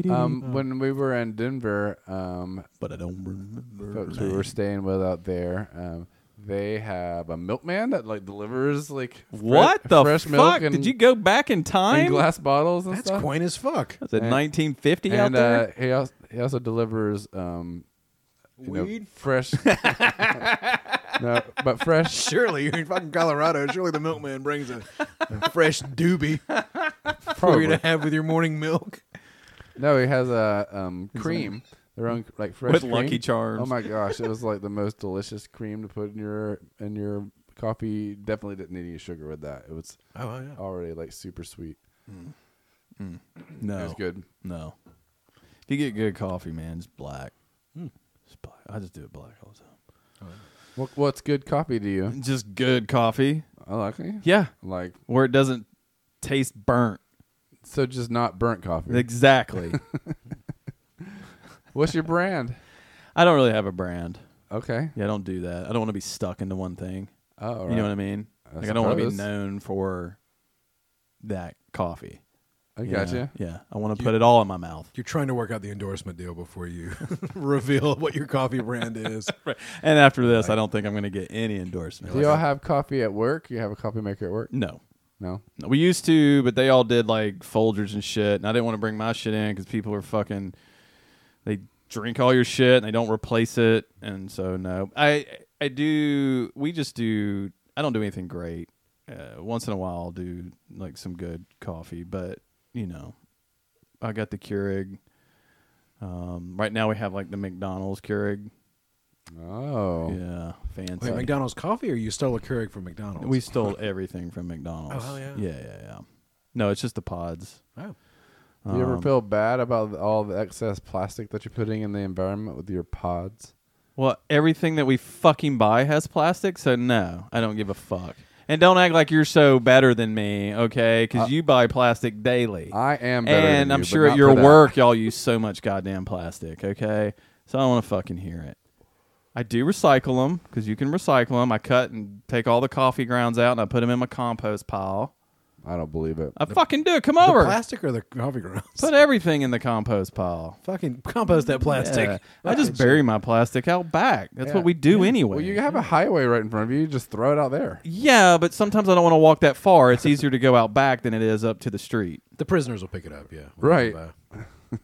S1: um, when we were in Denver, um,
S4: but I don't remember.
S1: folks we were staying with out there, um, they have a milkman that like delivers like fre-
S4: What the
S1: fresh
S4: fuck?
S1: milk and,
S4: Did you go back in
S1: in
S4: time?
S1: glass bottles and
S3: That's
S1: stuff.
S3: quaint as fuck.
S4: Was it
S1: And-
S4: 1950 out
S1: and
S4: there?
S1: uh, he also he also delivers um, you know,
S3: Weed?
S1: fresh. no, but fresh
S3: Surely you're in fucking Colorado. Surely the milkman brings a, a fresh doobie for you to have with your morning milk.
S1: No, he has a um, cream, their own like fresh
S4: With
S1: cream.
S4: Lucky Charms.
S1: Oh my gosh, it was like the most delicious cream to put in your in your coffee. Definitely didn't need any sugar with that. It was
S3: Oh, wow, yeah.
S1: already like super sweet.
S4: no,
S1: It
S4: Oh.
S1: was good.
S4: No, if you get good coffee, man, it's black.
S1: Hmm.
S4: It's black. I just do it black all the time.
S1: What, what's good coffee to you?
S4: Just good coffee.
S1: I like it.
S4: Mm. Yeah,
S1: Like
S4: where it doesn't taste burnt.
S1: so, just not burnt coffee.
S4: Exactly.
S1: What's your brand?
S4: I don't really have a brand.
S1: Okay.
S4: Yeah, I don't do that. I don't want to be stuck into one thing.
S1: Oh, all
S4: You know what I
S1: right.
S4: mean?
S1: I
S4: like I don't want to be
S1: suppose.
S4: known for that coffee.
S1: I
S4: you
S1: got
S4: know?
S1: you.
S4: Yeah, I want to put it all in my mouth.
S3: You're trying to work out the endorsement deal before you reveal what your coffee brand is.
S4: And after this, I don't think I'm going to get any endorsements.
S1: Do y'all have coffee at work? You have a coffee maker at work?
S4: no.
S1: No.
S4: No, We used to, but they all did like Folgers and shit, and I didn't want to bring my shit in because people are fucking. They drink all your shit and they don't replace it, and so no. I I do. We just do. I don't do anything great. uh, once in a while I'll do like some good coffee, but you know, I got the Keurig. Um, right now we have like the McDonald's Keurig.
S1: Oh.
S4: Yeah, fancy.
S3: Wait, McDonald's coffee, or you stole a Keurig from McDonald's?
S4: We stole everything from McDonald's.
S3: Oh, hell yeah.
S4: Yeah, yeah, yeah. No, it's just the pods.
S3: Oh.
S1: Do you ever
S4: Um,
S1: feel bad about all the excess plastic that you're putting in the environment with your pods?
S4: Well, everything that we fucking buy has plastic, so no, I don't give a fuck. And don't act like you're so better than me, okay? Because you buy plastic daily.
S1: I am Uh, better than
S4: and I'm
S1: you, but
S4: sure
S1: not
S4: at your
S1: for that.
S4: work, y'all use so much goddamn plastic, okay? So I don't want to fucking hear it. I do recycle them because you can recycle them. I cut and take all the coffee grounds out and I put them in my compost pile.
S1: I don't believe it.
S4: I fucking do it. Come
S3: the
S4: over.
S3: plastic or the coffee grounds?
S4: put everything in the compost pile.
S3: Fucking compost that plastic.
S4: Yeah. I just bury my plastic out back. That's
S1: Yeah.
S4: what we do anyway.
S1: Well, you have a highway right in front of you. You just throw it out there.
S4: Yeah, but sometimes I don't want to walk that far. It's easier to go out back than it is up to the street.
S3: The prisoners will pick it up. Yeah,
S1: Right.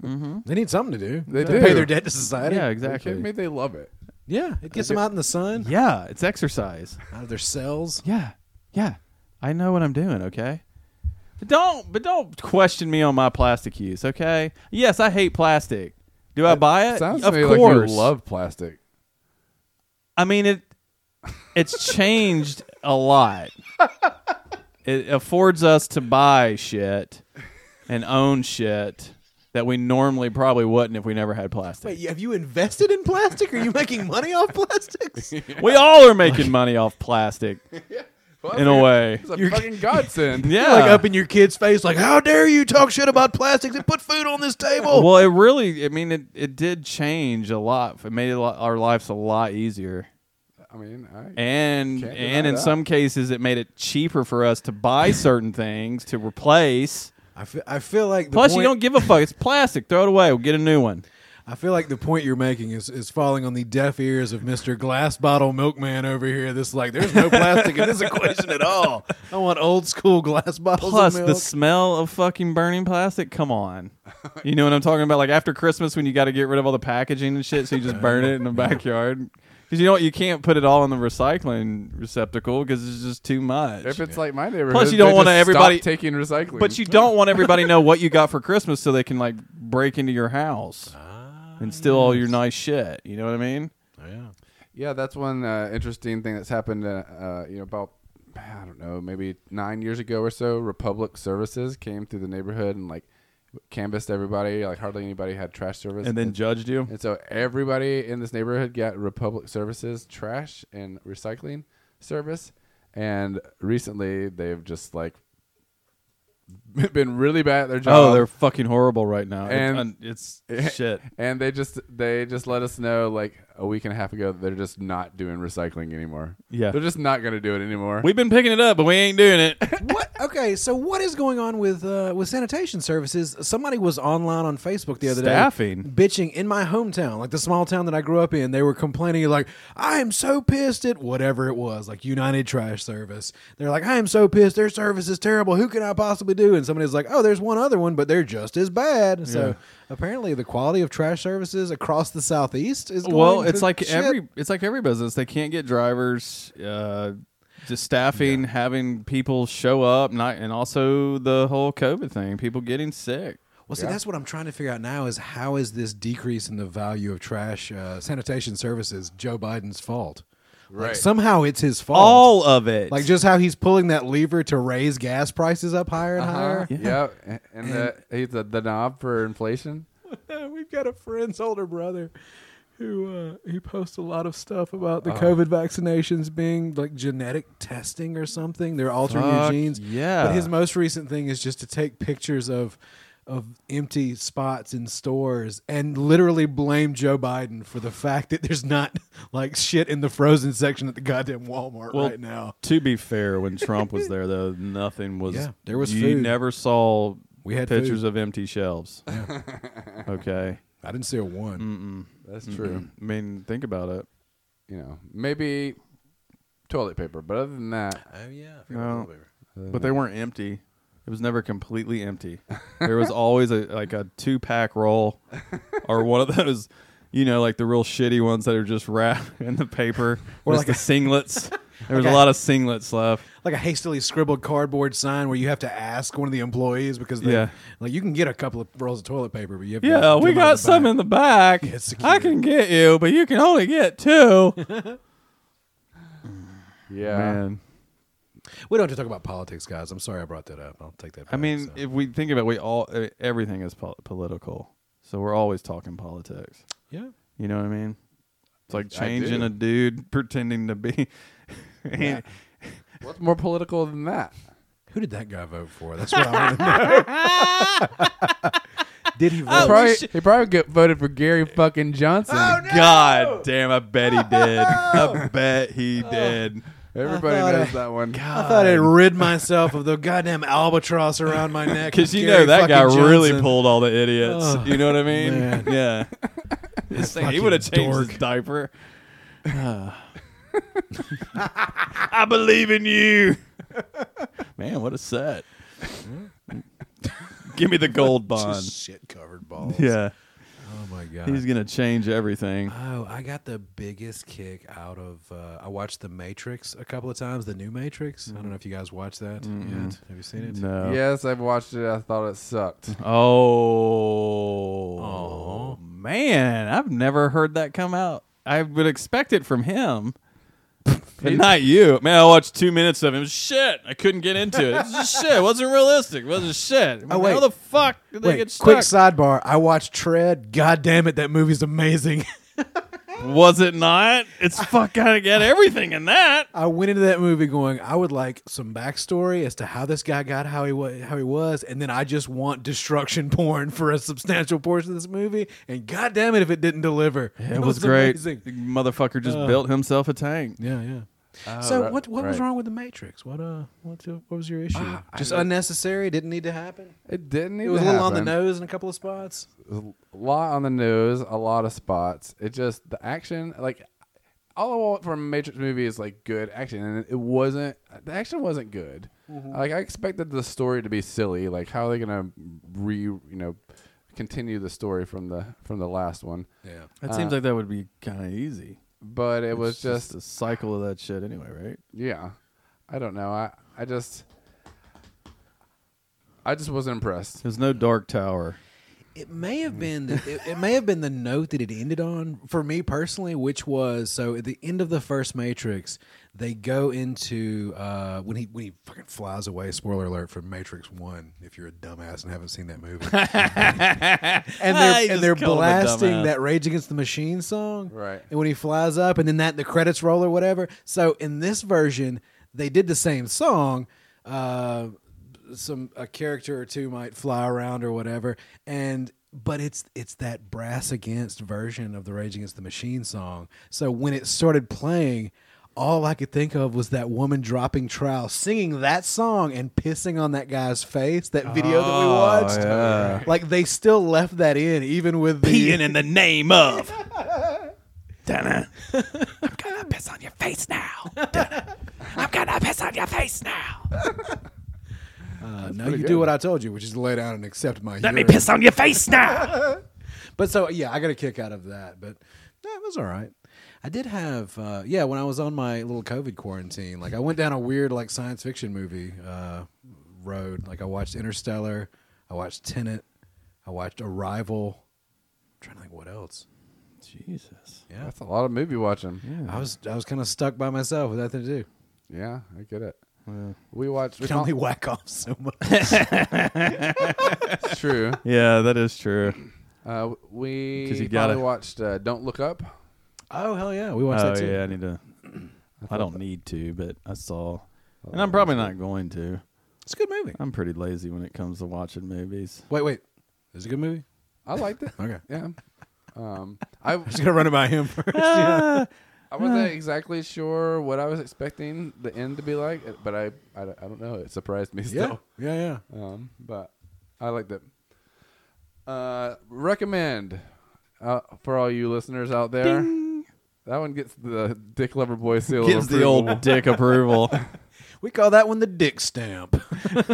S3: They need something to do.
S1: They
S3: to
S1: do.
S3: pay their debt to society.
S4: Yeah,
S1: Are you kidding me?
S4: exactly.
S1: They love it.
S3: yeah. It gets them out in the sun,
S4: Yeah, it's exercise.
S3: out of their cells.
S4: Yeah, yeah. I know what I'm doing. Okay, but don't but don't question me on my plastic use. Okay. Yes, I hate plastic. Do I buy it?
S1: Sounds
S4: Eh, of
S1: to me
S4: course.
S1: like you love plastic.
S4: I mean it. It's changed a lot. It affords us to buy shit and own shit that we normally probably wouldn't if we never had plastic.
S3: Wait, have you invested in plastic? Are you making money off plastics?
S4: We all are making money off plastic in a way.
S1: It's a
S3: You're-
S1: fucking godsend.
S4: Yeah.
S3: Like up in your kid's face, like, how dare you talk shit about plastics and put food on this table?
S4: well, it really, I mean, it, it did change a lot. It made a lot, our lives a lot easier.
S1: I mean, I,
S4: And
S1: Can't
S4: and
S1: deny
S4: in
S1: that.
S4: some cases, it made it cheaper for us to buy certain things to replace.
S3: I feel, I feel like the
S4: Plus,
S3: point,
S4: you don't give a fuck. It's plastic. Throw it away. We'll get a new one.
S3: I feel like the point you're making is, is falling on the deaf ears of Mr. Glass Bottle Milkman over here. This is like there's no plastic in this equation at all. I want old school glass bottles.
S4: Plus,
S3: of
S4: the
S3: milk.
S4: smell of fucking burning plastic. Come on. You know what I'm talking about? Like after Christmas, when you got to get rid of all the packaging and shit, so you just burn it in the backyard. Because you know what? You can't put it all in the recycling receptacle because it's just too much.
S1: if it's like my neighborhood,
S4: you don't
S1: they
S4: wanna
S1: just stop
S4: everybody-
S1: taking recycling.
S4: But you don't want everybody to know what you got for Christmas so they can like break into your house
S1: Ah,
S4: and steal all your nice shit. You know what I mean?
S3: Oh,
S1: Yeah, that's one uh, interesting thing that's happened. Uh, uh, you know, about I don't know, maybe nine years ago or so, Republic Services came through the neighborhood and like canvassed everybody. Like hardly anybody had trash service,
S4: And then
S1: and,
S4: judged you.
S1: and so everybody in this neighborhood got Republic Services trash and recycling service. And recently, they've just like been really bad at their job.
S4: Oh, they're fucking horrible right now.
S1: And-
S4: And it's, it's shit.
S1: and they just they just let us know like a week and a half ago that they're just not doing recycling anymore.
S4: Yeah.
S1: they're just not going to do it anymore.
S4: We've been picking it up, but we ain't doing it.
S3: what? Okay, so what is going on with uh, with sanitation services? Somebody was online on Facebook the other
S4: Staffing.
S3: day bitching in my hometown, like the small town that I grew up in. They were complaining like, "I am so pissed at whatever it was, like United Trash Service." They're like, "I am so pissed. Their service is terrible. Who can I possibly do?" And somebody's like, "Oh, there's one other one, but they're just as bad." So apparently, the quality of trash services across the southeast is going
S4: well it's
S3: to
S4: like
S3: shit.
S4: every it's like every business they can't get drivers uh just staffing having people show up not and also the whole covid thing people getting sick
S3: Well, see, that's what I'm trying to figure out now is how is this decrease in the value of trash uh, sanitation services Joe Biden's fault? Like,
S1: Right.
S3: somehow it's his fault.
S4: all of it
S3: like just how he's pulling that lever to raise gas prices up higher
S1: Uh-huh.
S3: and higher.
S1: Yeah, and, the, he's the, the knob for inflation.
S3: We've got a friend's older brother who uh, he posts a lot of stuff about
S4: Oh.
S3: the COVID vaccinations being like genetic testing or something. They're altering your
S4: Fuck
S3: genes.
S4: yeah.
S3: But his most recent thing is just to take pictures of of empty spots in stores and literally blame Joe Biden for the fact that there's not like shit in the frozen section at the goddamn Walmart
S4: Well,
S3: right now.
S4: to be fair when trump was there though nothing was
S3: Yeah, there was
S4: you
S3: food.
S4: never saw
S3: We had
S4: pictures
S3: food.
S4: of empty shelves okay
S3: I didn't see a one.
S1: That's true.
S4: i mean think about it
S1: You know, maybe toilet paper, but other than that,
S3: Oh yeah.
S4: No. But they weren't empty. It was never completely empty. There was always a like a two pack roll or one of those, you know, like the real shitty ones that are just wrapped in the paper. Or
S3: Or
S4: like
S3: like
S4: the
S3: a-
S4: singlets. There was a lot of singlets left.
S3: like a hastily scribbled cardboard sign where you have to ask one of the employees because they,
S4: Yeah.
S3: like you can get a couple of rolls of toilet paper, but you have to
S4: Yeah,
S3: put
S4: we
S3: them on
S4: got
S3: the
S4: some
S3: back.
S4: in the back.
S3: Yeah, it's
S4: I
S3: secure.
S4: can get you, but you can only get two.
S1: Yeah.
S4: Man.
S3: We don't have to talk about politics, guys. I'm sorry I brought that up. I'll take that. Back,
S4: I mean,
S3: so.
S4: if we think about it, we all uh, everything is pol- political, so we're always talking politics.
S3: yeah,
S4: You know what I mean? It's like
S1: I do.
S4: changing a dude pretending to be. and
S1: What's more political than that?
S3: who did that guy vote for? That's what I want to know.
S4: Oh,
S3: did he vote?
S1: he probably, he probably get voted for Gary fucking Johnson.
S3: Oh,
S4: God damn, I bet he did. I bet he did.
S1: Everybody
S3: I thought
S1: knows
S3: I-
S1: that one.
S3: I thought I'd rid myself of the goddamn albatross around my neck.
S4: Because you
S3: Gary
S4: know that
S3: fucking
S4: guy really
S3: Johnson.
S4: pulled all the idiots.
S3: Oh,
S4: you know what I mean?
S3: man.
S4: Yeah. This thing- he
S3: Fucking
S4: would have changed his
S3: dork.
S4: diaper. I believe in you. Man, what a set. Give me the gold bond.
S3: Just shit covered balls.
S4: Yeah.
S3: Oh my god.
S4: He's going to change everything.
S3: Oh, I got the biggest kick out of. Uh, I watched The Matrix a couple of times, the new Matrix. I don't know if you guys watched that yet. Have you seen it?
S4: No.
S1: Yes, I've watched it. I thought it sucked.
S4: Oh.
S3: Aw.
S4: man, I've never heard that come out. I would expect it from him, but not you. Man, I watched two minutes of him. Shit, I couldn't get into it. It was just shit. It wasn't realistic. It wasn't shit.
S3: Oh, wait.
S4: How the fuck did they
S3: Wait,
S4: get stuck?
S3: quick sidebar. I watched Tread. God damn it, that movie's amazing.
S4: was it not? It's fuck. Gotta get everything in that.
S3: I went into that movie going, I would like some backstory as to how this guy got how he was, how he was, and then I just want destruction porn for a substantial portion of this movie. And god damn it, if it didn't deliver,
S4: It, was, Uh. great.
S3: amazing.
S4: The motherfucker just built himself a tank.
S3: Yeah, yeah. so
S1: right,
S3: what what was
S1: right.
S3: wrong with the Matrix? What uh what what was your issue?
S1: I
S3: Just
S1: don't-
S3: unnecessary. Didn't need to happen.
S1: It didn't.
S3: It
S1: even
S3: was a little on the
S1: happen.
S3: nose in a couple of spots.
S1: a lot on the nose, a lot of spots. It just the action, like all I want from a Matrix movie is like good action, and it wasn't. The action wasn't good.
S3: Mm-hmm.
S1: Like I expected the story to be silly. Like how are they gonna re, you know, continue the story from the from the last one?
S3: Yeah.
S4: It seems like that would be kind of easy.
S1: But it was just,
S4: Uh. a cycle of that shit anyway, right?
S1: yeah. I don't know. I I just. I just wasn't impressed.
S4: There's no dark tower.
S3: It may have been the, it, it may have been the note that it ended on for me personally, which was so at the end of the first Matrix, they go into uh, when he when he fucking flies away. Spoiler alert for Matrix One, if you're a dumbass and haven't seen that movie. and
S4: Ah, he
S3: they're
S4: just
S3: and they're
S4: called him a dumbass.
S3: blasting that Rage Against the Machine song,
S1: Right.
S3: And when he flies up, and then that the credits roll or whatever. So in this version, they did the same song. Uh, some a character or two might fly around or whatever, and but it's it's that brass against version of the Rage Against the Machine song. So when it started playing. All I could think of was that woman dropping trowel, singing that song and pissing on that guy's face. That video that we watched,
S4: yeah.
S3: like they still left that in, even with the
S4: in the name of.
S3: Uh, now you do what I told you, which is lay down and accept my. Let
S4: me piss on your face now.
S3: But so yeah, I got a kick out of that. But yeah, it was all right. I did have uh, yeah when I was on my little COVID quarantine, like I went down a weird like science fiction movie uh, road. Like I watched Interstellar, I watched Tenet, I watched Arrival. I'm trying to think what else.
S4: Jesus.
S3: Yeah,
S1: That's a lot of movie watching.
S3: I was I was kind of stuck by myself with nothing to do.
S1: Yeah, I get it. We watched. We
S3: Can
S1: found-
S3: only whack off so much.
S1: it's true.
S4: Yeah, that is true.
S1: Uh, we
S4: 'Cause you
S1: finally
S4: gotta-
S1: watched uh, Don't Look Up.
S3: oh hell yeah, we watched
S4: Oh
S3: that too.
S4: yeah, I need to. I don't need to, but I
S3: Oh,
S4: saw, and I'm probably not going to.
S3: It's a good movie.
S4: I'm pretty lazy when it comes to watching movies.
S3: Wait wait, is it a good movie?
S1: I liked it.
S3: Okay.
S1: Yeah. Um, I
S3: Just gonna run it by him first.
S1: I
S4: Uh.
S1: wasn't exactly sure what I was expecting the end to be like, uh, but I I, I don't know. It surprised me
S3: yeah,
S1: still.
S3: yeah, yeah.
S1: Um, but I liked it. Uh, recommend uh, for all you listeners out there. That one gets the Dick Lover Boy seal.
S4: Gives
S1: of
S4: the
S1: approval.
S4: old dick approval.
S3: We call that one the dick stamp.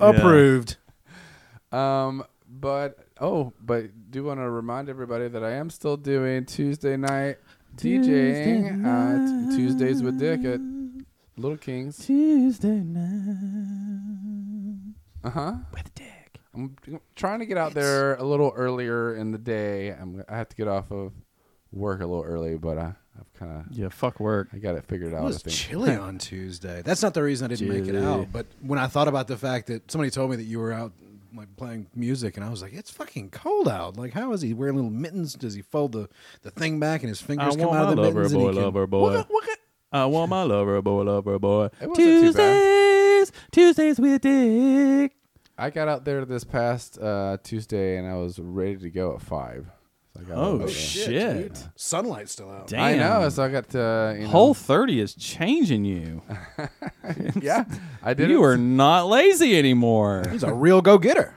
S3: Approved.
S1: Um, but oh, but do want to remind everybody that I am still doing Tuesday night DJing uh, t- Tuesdays with Dick at Little Kings.
S4: Tuesday night.
S1: Uh huh. With Dick. I'm trying to get out there a little earlier in the day. I'm I have to get off of work a little early, but I I've kind of
S4: Yeah, fuck work.
S1: I got it figured
S3: It
S1: out. I
S3: was
S1: think.
S3: chilly on Tuesday. That's not the reason I didn't make it
S4: Chilly.
S3: out. But when I thought about the fact that somebody told me that you were out like playing music, and I was like, "It's fucking cold out. Like, how is he wearing little mittens? Does he fold the, the thing back and his fingers come out of the mittens?" and he can-
S4: boy. I want my lover boy, lover boy.
S1: It wasn't too
S4: Tuesdays, Tuesdays with Dick.
S1: I got out there this past uh, Tuesday and I was ready to go at five. So I got
S4: Oh,
S1: over there.
S4: shit.
S3: dude. Sunlight's still out.
S4: Damn.
S1: I know. So I got to you know,
S4: Whole 30 is changing you.
S1: Yeah, I did.
S4: You
S1: it.
S4: are not lazy anymore.
S3: He's a real go-getter.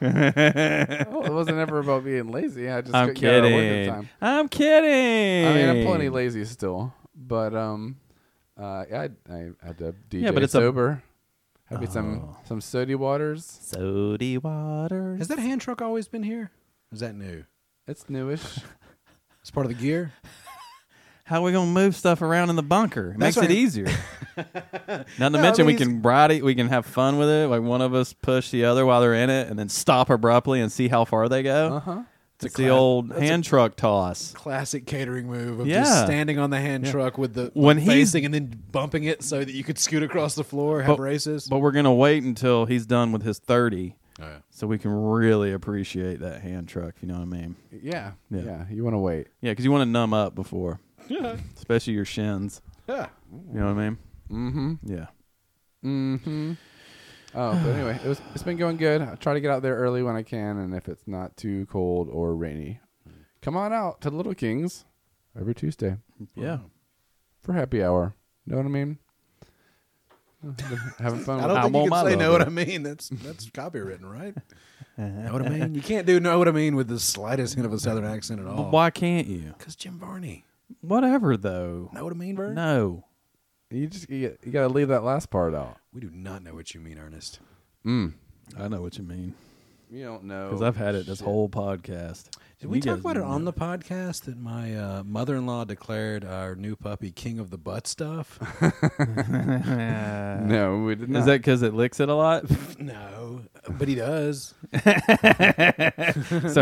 S1: Oh, it wasn't ever about being lazy. I just
S4: I'm
S1: couldn't get out of work in
S4: kidding.
S1: time.
S4: I'm kidding.
S1: I mean, I'm plenty lazy still, but um, uh, yeah, I, I had to DJ
S4: Yeah, but it's a- Oh.
S1: sober. Had me some some sody waters.
S4: Sody water.
S3: Has that hand truck always been here? Or is that new?
S1: It's newish.
S3: It's part of the gear.
S4: How are we gonna move stuff around in the bunker? It makes
S3: That's
S4: it
S3: right.
S4: easier. Not to
S1: I
S4: mention we
S1: mean,
S4: can ride it. We can have fun with it. Like one of us push the other while they're in it, and then stop abruptly and see how far they go.
S1: Uh huh.
S4: It's,
S3: Uh-huh. It's a
S4: the
S3: cla-
S4: old
S3: that's a-
S4: hand truck toss.
S3: Classic catering move of just
S4: Yeah.
S3: standing on the hand truck with the
S4: When
S3: like,
S4: he's-
S3: facing and then bumping it so that you could scoot across the floor, have
S4: But-
S3: races.
S4: But we're gonna wait until he's done with his thirty,
S3: Oh, yeah.
S4: so we can really appreciate that hand truck. If you know what I mean?
S1: Yeah, yeah.
S4: Yeah.
S1: You want to wait?
S4: Yeah, because you want to numb up before, especially your shins.
S3: Yeah.
S4: You know what I mean?
S1: Mm-hmm.
S4: Yeah.
S1: Mm-hmm. Oh, but anyway, it was it's been going good. I try to get out there early when I can, and if it's not too cold or rainy,
S4: Mm.
S1: come on out to Little Kings every Tuesday
S4: Yeah.
S1: for happy hour. Know what I mean? Having fun.
S3: I
S1: with
S3: don't
S4: I
S3: think
S4: want
S3: you
S4: my
S3: can say know
S4: lover.
S3: what I mean. That's that's copywritten, right? know what I mean? You can't do know what I mean with the slightest hint of a southern accent at all.
S4: But why can't you?
S3: Because Jim Varney.
S4: Whatever though.
S3: Know what I mean, Vern?
S4: No.
S1: You just you, you gotta leave that last part out.
S3: We do not know what you mean, Ernest.
S1: Mm.
S4: I know what you mean.
S1: You don't know
S4: because I've had it this whole podcast.
S3: Oh, Did we talk about it on the podcast that my uh, mother-in-law declared our new puppy king of the butt stuff?
S4: no?
S1: No, we did not.
S4: Is that because it licks it a lot?
S3: no, but he does.
S4: so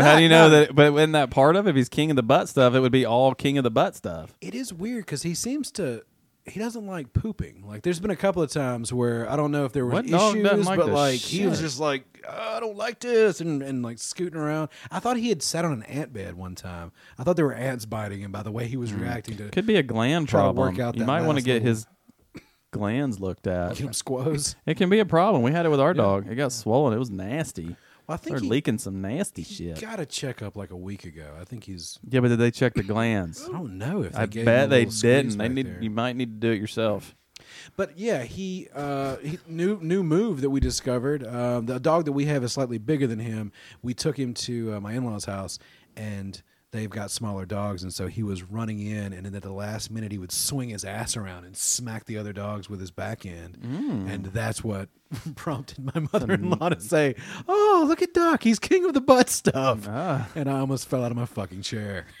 S4: how do you know that? But in that part of it, if he's king of the butt stuff, it would be all king of the butt stuff.
S3: It is weird because he seems to he doesn't like pooping. Like there's been a couple of times where I don't know if there were
S4: What dog doesn't
S3: issues,
S4: like
S3: but
S4: this
S3: like he was
S4: shit?
S3: just like "Oh, I don't like this and and like scooting around. I thought he had sat on an ant bed one time. I thought there were ants biting him by the way he was reacting to
S4: Mm. Could be a gland
S3: Try to
S4: problem.
S3: work out
S4: you
S3: that
S4: might want to
S3: last
S4: get
S3: little-
S4: his glands looked at.
S3: get him squoze.
S4: It can be a problem. We had it with our dog. It got swollen. It was nasty.
S3: Well, I think
S4: Started
S3: he
S4: leaking some nasty shit.
S3: got a checkup like a week ago. I think he's.
S4: yeah, but did they check the glands?
S3: I don't know if they
S4: I
S3: gave him
S4: bet
S3: a
S4: they
S3: little squeeze
S4: didn't. They
S3: back
S4: need.
S3: there.
S4: You might need to do it yourself.
S3: But yeah, he, uh, he new new move that we discovered. Uh, the dog that we have is slightly bigger than him. We took him to uh, my in law's house, and they've got smaller dogs, and so he was running in, and then at the last minute he would swing his ass around and smack the other dogs with his back end, and that's what prompted my mother in law to say, "Oh, look at Doc, he's king of the butt stuff," and I almost fell out of my fucking chair.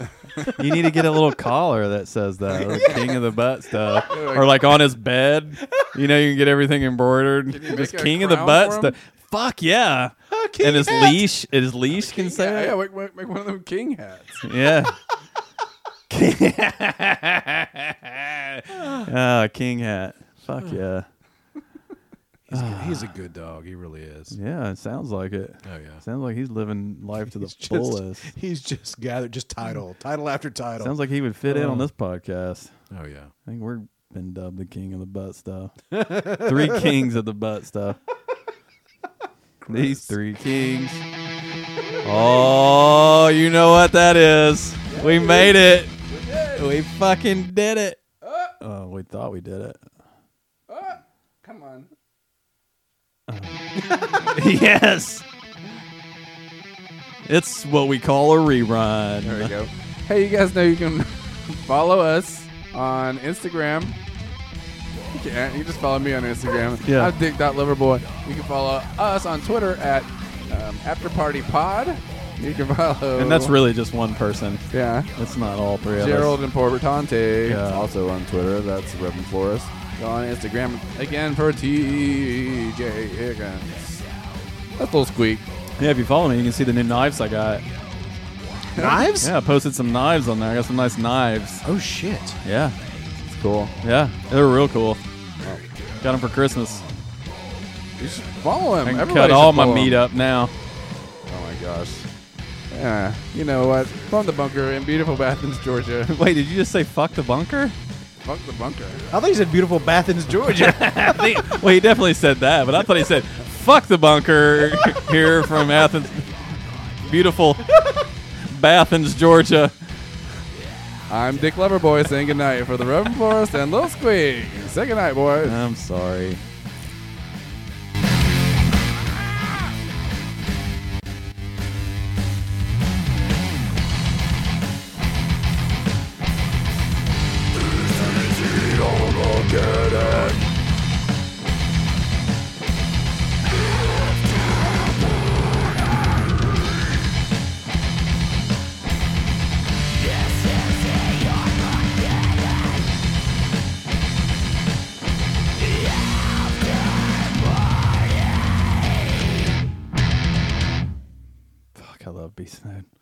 S4: You need to get a little collar that says that, or king of the butt stuff, or like on his bed. You know, you can get everything embroidered.
S1: you make
S4: Just
S1: a
S4: king of the
S1: crown
S4: butt
S1: for
S4: stuff. Fuck yeah!
S3: king
S4: and his
S3: hat.
S4: leash, his leash can say
S1: yeah, yeah,
S4: that.
S1: make, make- make one of them king hats.
S4: Yeah. Ah, king hat. Fuck yeah.
S3: He's, good- he's a good dog, he really is.
S4: Yeah, it sounds like it.
S3: Oh yeah.
S4: Sounds like he's living life to the
S3: He's just-
S4: fullest.
S3: He's just gathered just title, title after title.
S4: Sounds like he would fit in on this podcast.
S3: oh yeah.
S4: I think we're been dubbed the king of the butt stuff. three kings of the butt stuff. These three kings. Oh, you know what that is. We made it. We, fucking did it.
S1: Uh.
S4: Oh, we thought we did it.
S1: Come on.
S4: yes. It's what we call a rerun.
S1: There we go. Hey, you guys know you can follow us on Instagram. You can. You just follow me on Instagram.
S4: Yeah.
S1: I'm Dick Loverboy. You can follow us on Twitter at um, After Party Pod. You can follow.
S4: And that's really just one person.
S1: Yeah.
S4: It's not all three of
S1: Gerald and Portante.
S4: Yeah.
S1: Also on Twitter. That's Reverend Flores. Go on Instagram again for TJ Higgins. That's a little squeak.
S4: us. Yeah, if you follow me, you can see the new knives I got.
S3: Knives?
S4: Yeah, I posted some knives on there. I got some nice knives.
S3: Oh shit.
S4: Yeah,
S1: It's cool.
S4: yeah. They're real cool. Got them for Christmas.
S1: You should follow him.
S4: I can
S1: Everybody
S4: cut
S1: should
S4: all my
S1: follow him.
S4: meat up now.
S1: Oh my gosh. Yeah. You know what? From the bunker in beautiful Athens, Georgia.
S4: Wait, did you just say fuck the bunker?
S1: Fuck the bunker.
S3: I thought you said beautiful Athens, Georgia.
S4: Well, he definitely said that, but I thought he said fuck the bunker here from Athens. Beautiful Athens, Georgia.
S1: I'm Dick Loverboy saying goodnight for the Reverend Forest and Lil Squeak. Say goodnight, boys.
S4: I'm sorry. Fuck, I love B Snowden.